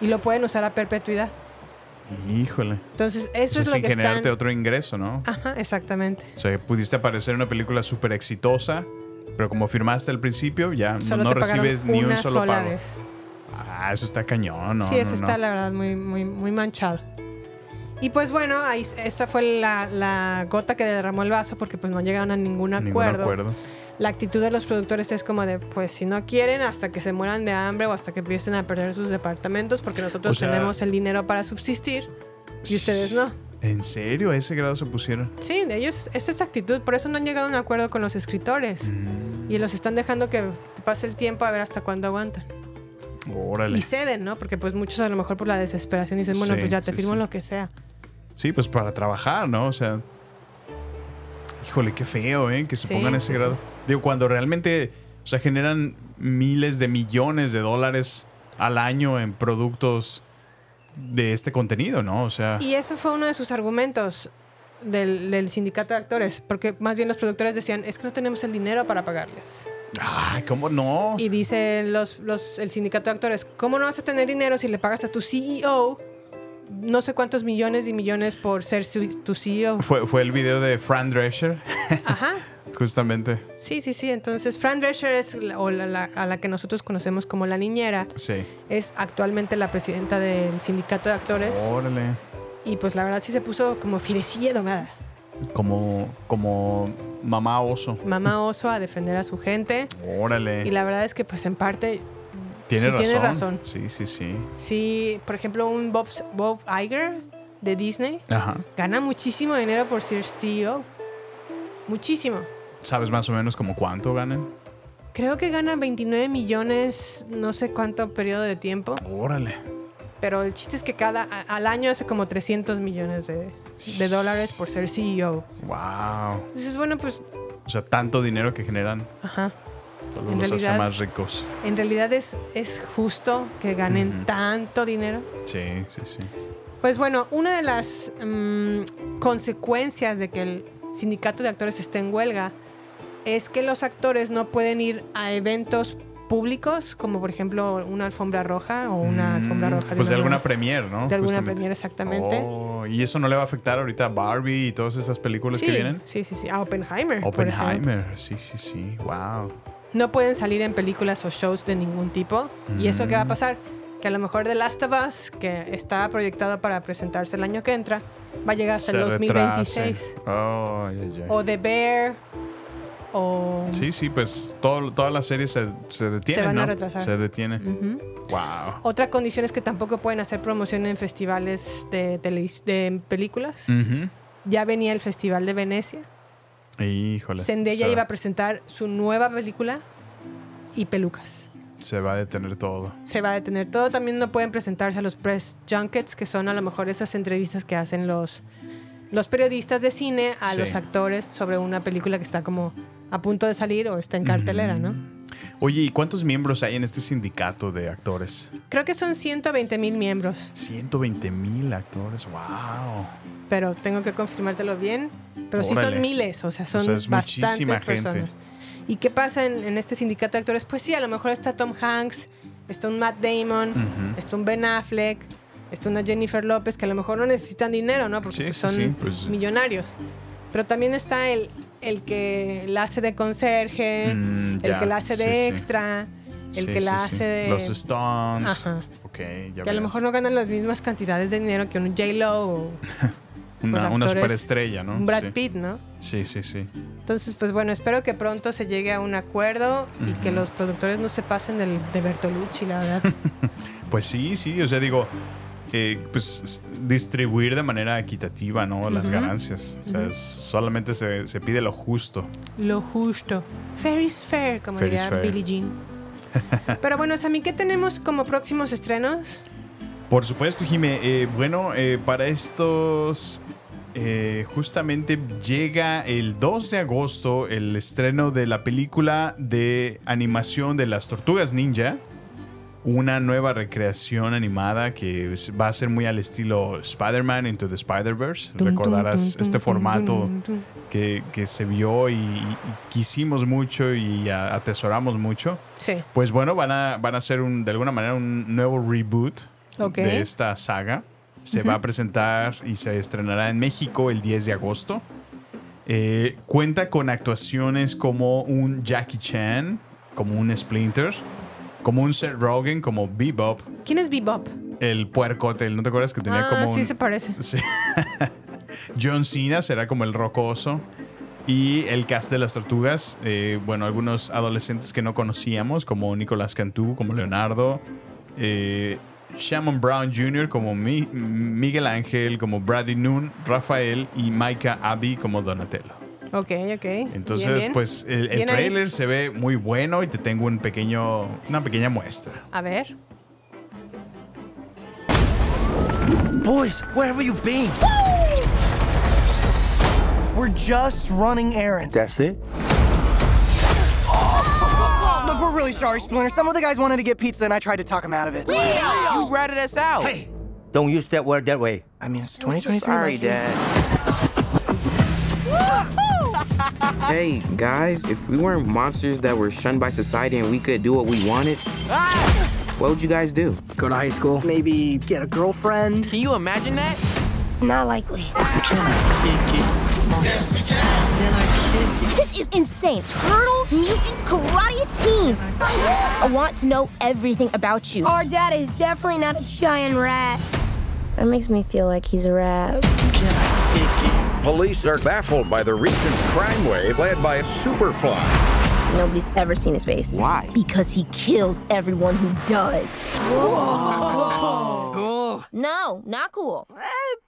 Speaker 5: Y lo pueden usar a perpetuidad.
Speaker 6: Híjole.
Speaker 5: Entonces, eso
Speaker 6: O sea,
Speaker 5: es lo
Speaker 6: sin
Speaker 5: que
Speaker 6: generarte
Speaker 5: están... Ah.
Speaker 6: otro ingreso, ¿no?
Speaker 5: Ajá, exactamente.
Speaker 6: O sea, pudiste aparecer en una película súper exitosa, pero como firmaste al principio, ya no-
Speaker 5: Solo
Speaker 6: no
Speaker 5: te pagaron
Speaker 6: recibes ni un
Speaker 5: una
Speaker 6: solo
Speaker 5: sola
Speaker 6: pago.
Speaker 5: vez.
Speaker 6: Ah, eso está cañón, ¿no?
Speaker 5: sí, eso
Speaker 6: no, no.
Speaker 5: está la verdad muy, muy, muy manchado. Y pues bueno, ahí, esa fue la, la gota que derramó el vaso porque pues no llegaron a ningún
Speaker 6: Ningún
Speaker 5: acuerdo. La actitud de los productores es como de, pues si no quieren, hasta que se mueran de hambre o hasta que empiecen a perder sus departamentos porque nosotros
Speaker 6: O sea-
Speaker 5: tenemos el dinero para subsistir y ustedes no.
Speaker 6: ¿En serio? ¿A ese grado se pusieron?
Speaker 5: Sí, de ellos es esa actitud, por eso no han llegado a un acuerdo con los escritores
Speaker 6: Mm.
Speaker 5: y los están dejando que pase el tiempo a ver hasta cuándo aguantan.
Speaker 6: Órale.
Speaker 5: Y ceden, ¿no? Porque pues muchos a lo mejor por la desesperación dicen, bueno,
Speaker 6: Sí,
Speaker 5: pues ya te
Speaker 6: sí,
Speaker 5: firmo
Speaker 6: sí.
Speaker 5: lo que sea.
Speaker 6: Sí, pues para trabajar, ¿no? O sea. Híjole, qué feo, ¿eh? Que se
Speaker 5: Sí,
Speaker 6: pongan a ese
Speaker 5: sí,
Speaker 6: grado. Digo, cuando realmente. O sea, generan miles de millones de dólares al año en productos de este contenido, ¿no? O sea.
Speaker 5: Y eso fue uno de sus argumentos del, del sindicato de actores, porque más bien los productores decían, es que no tenemos el dinero para pagarles.
Speaker 6: Ay, ¿cómo no?
Speaker 5: Y dice los, los, el sindicato de actores, ¿cómo no vas a tener dinero si le pagas a tu CEO no sé cuántos millones y millones por ser su- tu CEO?
Speaker 6: Fue, fue el video de Fran Drescher,
Speaker 5: Ajá.
Speaker 6: justamente.
Speaker 5: Sí, sí, sí. Entonces, Fran Drescher es la- o la- la- a la que nosotros conocemos como la niñera.
Speaker 6: Sí.
Speaker 5: Es actualmente la presidenta del sindicato de actores.
Speaker 6: Órale.
Speaker 5: Y pues la verdad sí se puso como firecilla domada.
Speaker 6: Como, como mamá oso.
Speaker 5: Mamá oso a defender a su gente.
Speaker 6: Órale.
Speaker 5: Y la verdad es que pues en parte
Speaker 6: tiene,
Speaker 5: sí
Speaker 6: razón.
Speaker 5: tiene razón.
Speaker 6: Sí, sí, sí.
Speaker 5: Sí, por ejemplo, un Bob, Bob Iger de Disney
Speaker 6: Ajá.
Speaker 5: gana muchísimo dinero por ser CEO. Muchísimo.
Speaker 6: ¿Sabes más o menos como cuánto ganan?
Speaker 5: Creo que gana 29 millones, no sé cuánto periodo de tiempo.
Speaker 6: Órale.
Speaker 5: Pero el chiste es que cada a- al año hace como 300 millones de, de dólares por ser CEO.
Speaker 6: Wow.
Speaker 5: Entonces, bueno, pues,
Speaker 6: O sea, tanto dinero que generan
Speaker 5: ajá.
Speaker 6: solo
Speaker 5: En
Speaker 6: los hace
Speaker 5: realidad-
Speaker 6: más ricos.
Speaker 5: En realidad es, es justo que ganen
Speaker 6: Ujú.
Speaker 5: tanto dinero.
Speaker 6: Sí, sí, sí.
Speaker 5: Pues bueno, una de las mm, consecuencias de que el sindicato de actores esté en huelga es que los actores no pueden ir a eventos públicos, como por ejemplo una alfombra roja o una alfombra
Speaker 6: Mm,
Speaker 5: roja.
Speaker 6: Pues de
Speaker 5: una
Speaker 6: alguna
Speaker 5: nueva-
Speaker 6: premier, ¿no?
Speaker 5: De alguna
Speaker 6: Justamente.
Speaker 5: premiere, exactamente.
Speaker 6: Oh, y eso no le va a afectar ahorita a Barbie y todas esas películas
Speaker 5: sí,
Speaker 6: que vienen.
Speaker 5: sí, sí, sí. A Oppenheimer. por ejemplo.
Speaker 6: Oppenheimer, sí, sí, sí. Wow.
Speaker 5: No pueden salir en películas o shows de ningún tipo. ¿Y eso qué va a
Speaker 6: Mm.
Speaker 5: pasar? Que a lo mejor The Last of Us, que está proyectado para presentarse el año que entra, va a llegar hasta el
Speaker 6: Se
Speaker 5: 2026.
Speaker 6: retrase. Oh, ya, ya.
Speaker 5: O The Bear. O.
Speaker 6: Sí, sí, pues todo, todas las series se, se detienen.
Speaker 5: Se van a
Speaker 6: ¿no?
Speaker 5: retrasar.
Speaker 6: Se detiene.
Speaker 5: Ujú.
Speaker 6: Wow.
Speaker 5: Otra condición es que tampoco pueden hacer promoción en festivales de, televis- de películas.
Speaker 6: Mm.
Speaker 5: Ya venía el Festival de Venecia.
Speaker 6: Híjole.
Speaker 5: Zendaya
Speaker 6: se,
Speaker 5: iba a presentar su nueva película y pelucas.
Speaker 6: se va a detener todo.
Speaker 5: Se va a detener todo. También no pueden presentarse a los press junkets, que son a lo mejor esas entrevistas que hacen los, los periodistas de cine a
Speaker 6: Sí.
Speaker 5: los actores sobre una película que está como a punto de salir o está en cartelera, ¿no?
Speaker 6: Oye, ¿y cuántos miembros hay en este sindicato de actores?
Speaker 5: Creo que son 120 mil miembros.
Speaker 6: 120 mil actores. Wow.
Speaker 5: pero tengo que confirmártelo bien. Pero sí
Speaker 6: Órale.
Speaker 5: son miles, o sea, son
Speaker 6: O sea, es
Speaker 5: bastantes
Speaker 6: muchísima gente.
Speaker 5: personas. ¿Y qué pasa en, en este sindicato de actores? Pues sí, a lo mejor está Tom Hanks, está un Matt Damon,
Speaker 6: Ujú.
Speaker 5: está un Ben Affleck, está una Jennifer López, que a lo mejor no necesitan dinero, ¿no? Porque
Speaker 6: Sí,
Speaker 5: pues,
Speaker 6: sí,
Speaker 5: son
Speaker 6: sí, pues-
Speaker 5: millonarios. Pero también está el, el que la hace de conserje,
Speaker 6: Mm,
Speaker 5: Eh, el
Speaker 6: ya,
Speaker 5: que la hace de
Speaker 6: sí, sí.
Speaker 5: extra, el
Speaker 6: Sí,
Speaker 5: que la
Speaker 6: sí, sí.
Speaker 5: hace de...
Speaker 6: Los Stones.
Speaker 5: Ajá.
Speaker 6: Ok, ya
Speaker 5: que a lo
Speaker 6: veo.
Speaker 5: mejor no ganan las mismas cantidades de dinero que un J-Lo o pues,
Speaker 6: Una, una
Speaker 5: actores-
Speaker 6: superestrella, ¿no?
Speaker 5: un Brad
Speaker 6: Sí.
Speaker 5: Pitt, ¿no?
Speaker 6: Sí, sí, sí.
Speaker 5: Entonces, pues bueno, espero que pronto se llegue a un acuerdo y que los productores no se pasen del, de Bertolucci, la verdad.
Speaker 6: Pues sí, sí, o sea, digo, eh, pues s- distribuir de manera equitativa, ¿no? Las
Speaker 5: Ujú.
Speaker 6: ganancias. O sea,
Speaker 5: Ujú.
Speaker 6: es- solamente se, se pide lo justo.
Speaker 5: Lo justo. Fair is fair, como
Speaker 6: Fair is
Speaker 5: diría
Speaker 6: fair.
Speaker 5: Billie Jean. Pero bueno, Sammy, ¿qué tenemos como próximos estrenos?
Speaker 6: Por supuesto, Jime. Eh, bueno, eh, para estos. eh, justamente llega el 2 de agosto el estreno de la película de animación de las tortugas ninja. Una nueva recreación animada que es- va a ser muy al estilo Spider-Man Into the Spider-Verse.
Speaker 5: Tum,
Speaker 6: Recordarás
Speaker 5: tum, tum,
Speaker 6: este
Speaker 5: tum,
Speaker 6: formato
Speaker 5: tum, tum.
Speaker 6: Que, que se vio y, y quisimos mucho y a- atesoramos mucho.
Speaker 5: Sí.
Speaker 6: Pues bueno, van a, van a hacer un, de alguna manera un nuevo reboot
Speaker 5: Ok.
Speaker 6: de esta saga. Se va a presentar y se estrenará en México el 10 de agosto. Eh, cuenta con actuaciones como un Jackie Chan, como un Splinter, como un Seth Rogen, como Bebop,
Speaker 5: ¿Quién es Bebop?
Speaker 6: el puercote, ¿no te acuerdas que tenía
Speaker 5: ah,
Speaker 6: como
Speaker 5: sí
Speaker 6: un-
Speaker 5: se parece.
Speaker 6: Sí. John Cena será como el rocoso. Y el cast de las tortugas, eh, bueno, algunos adolescentes que no conocíamos, como Nicolás Cantú, como Leonardo, eh, Shannon Brown Jr., como Mi- Miguel Ángel, como Brady Noon, Rafael y Micah Abbey como Donatello.
Speaker 5: Ok, ok.
Speaker 6: Entonces,
Speaker 5: Bien, bien.
Speaker 6: pues el, el
Speaker 5: Bien ahí.
Speaker 6: trailer se ve muy bueno y te tengo un pequeño, una pequeña muestra.
Speaker 5: A ver.
Speaker 12: Boys, where have you been? We're just running errands.
Speaker 13: That's it?
Speaker 12: Look, we're really sorry, Splinter. Some of the guys wanted to get pizza, and I tried to talk them out of it. You ratted us out. Hey,
Speaker 13: Don't use that word that way.
Speaker 12: I mean, it's 2023.
Speaker 14: Sorry,
Speaker 12: Mikey.
Speaker 14: Dad. Hey, guys, if we weren't monsters that were shunned by society and we could do what we wanted, what would you guys do? Go to high school.
Speaker 12: Maybe get a girlfriend. Can you imagine that?
Speaker 3: Not likely. This is insane. Turtle Mutant Karate Teens. I want to know everything about you. Our dad is definitely not a giant rat. That makes me feel like he's a rat.
Speaker 15: Police are baffled by the recent crime wave led by Superfly.
Speaker 3: Nobody's ever seen his face. Why? Because he kills everyone who does. Cool. No, not cool.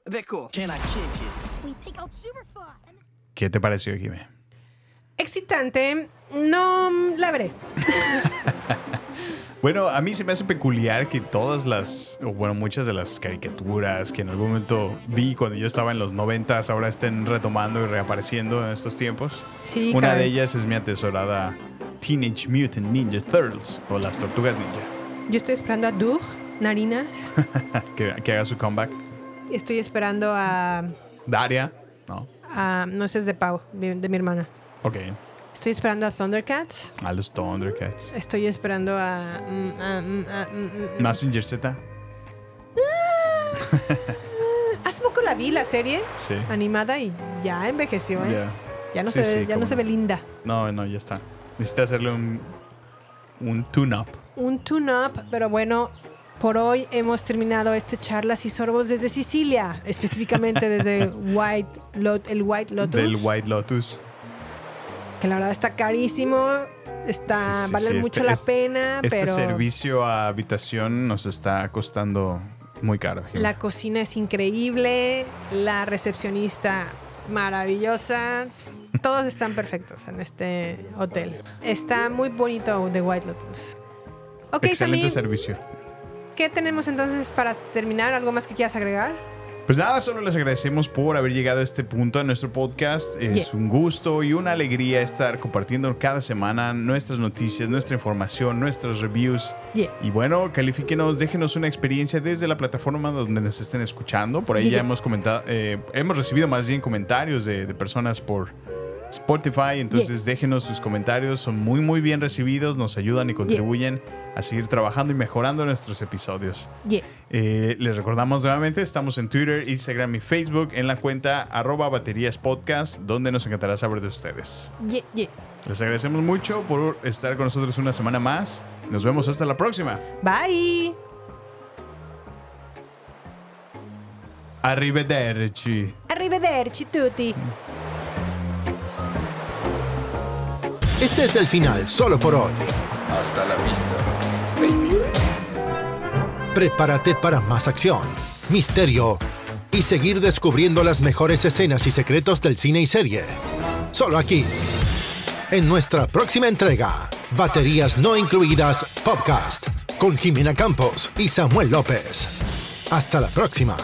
Speaker 3: A bit cool. Can I kick it? We pick out Superfly.
Speaker 6: ¿Qué te pareció, Jimé?
Speaker 5: Excitante. No mm, la veré.
Speaker 6: Bueno, a mí se me hace peculiar que todas las, o bueno, muchas de las caricaturas que en algún momento vi cuando yo estaba en los noventas, ahora estén retomando y reapareciendo en estos tiempos.
Speaker 5: Sí,
Speaker 6: Una
Speaker 5: caray.
Speaker 6: de ellas es mi atesorada Teenage Mutant Ninja Turtles, o las Tortugas Ninja,
Speaker 5: Yo estoy esperando a Doug, Narinas.
Speaker 6: que, que haga su comeback.
Speaker 5: Estoy esperando a.
Speaker 6: Daria, ¿no?
Speaker 5: a- no, ese es de Pau, de, de mi hermana.
Speaker 6: Ok,
Speaker 5: Estoy esperando a Thundercats.
Speaker 6: a los Thundercats.
Speaker 5: Estoy esperando a. mm, a, mm, a, mm, mm, mm.
Speaker 6: Massinger Z,
Speaker 5: mm. Hace poco la vi la serie
Speaker 6: sí.
Speaker 5: animada y ya envejeció, ¿eh?
Speaker 6: Ya.
Speaker 5: Ya no,
Speaker 6: Sí,
Speaker 5: se, ve,
Speaker 6: sí,
Speaker 5: ya no
Speaker 6: cómo
Speaker 5: se ve linda.
Speaker 6: No, no, ya está. Necesito hacerle un, un tune-up.
Speaker 5: un tune-up, pero bueno, por hoy hemos terminado este charlas y sorbos desde Sicilia, específicamente desde White Lot, el White Lotus,
Speaker 6: Del White Lotus.
Speaker 5: que la verdad está carísimo, está
Speaker 6: Sí, sí,
Speaker 5: vale
Speaker 6: sí,
Speaker 5: mucho
Speaker 6: este-
Speaker 5: la
Speaker 6: es-
Speaker 5: pena,
Speaker 6: Este
Speaker 5: pero
Speaker 6: servicio a habitación nos está costando muy caro. Jimena.
Speaker 5: la cocina es increíble, la recepcionista maravillosa. Todos están perfectos en este hotel. Está muy bonito The White Lotus. Ok,
Speaker 6: Excelente
Speaker 5: Sammy,
Speaker 6: servicio.
Speaker 5: ¿qué tenemos entonces para terminar? ¿Algo más que quieras agregar?
Speaker 6: Pues nada, solo les agradecemos por haber llegado a este punto de nuestro podcast. Es
Speaker 5: Yeah.
Speaker 6: un gusto y una alegría estar compartiendo cada semana nuestras noticias, nuestra información, nuestros reviews.
Speaker 5: Yeah.
Speaker 6: Y bueno, califíquenos, déjenos una experiencia desde la plataforma donde nos estén escuchando. Por ahí
Speaker 5: Yeah,
Speaker 6: ya
Speaker 5: yeah.
Speaker 6: hemos comentado, eh, hemos recibido más bien comentarios de, de personas por Spotify. Entonces déjenos sus comentarios, son muy muy bien recibidos, nos ayudan y contribuyen a seguir trabajando y mejorando nuestros episodios.
Speaker 5: Yeah.
Speaker 6: Eh, les recordamos nuevamente, estamos en Twitter, Instagram y Facebook en la cuenta arroba baterías podcast, donde nos encantará saber de ustedes.
Speaker 5: Yeah, yeah.
Speaker 6: Les agradecemos mucho por estar con nosotros una semana más. Nos vemos hasta la próxima.
Speaker 5: Bye.
Speaker 6: Arrivederci.
Speaker 5: Arrivederci.
Speaker 16: Arrivederci tutti.
Speaker 1: Este es el final, solo por hoy.
Speaker 15: Hasta la vista.
Speaker 1: Prepárate para más acción, misterio y seguir descubriendo las mejores escenas y secretos del cine y serie. Solo aquí. En nuestra próxima entrega, Baterías No Incluidas Podcast, con Jimena Campos y Samuel López. Hasta la próxima.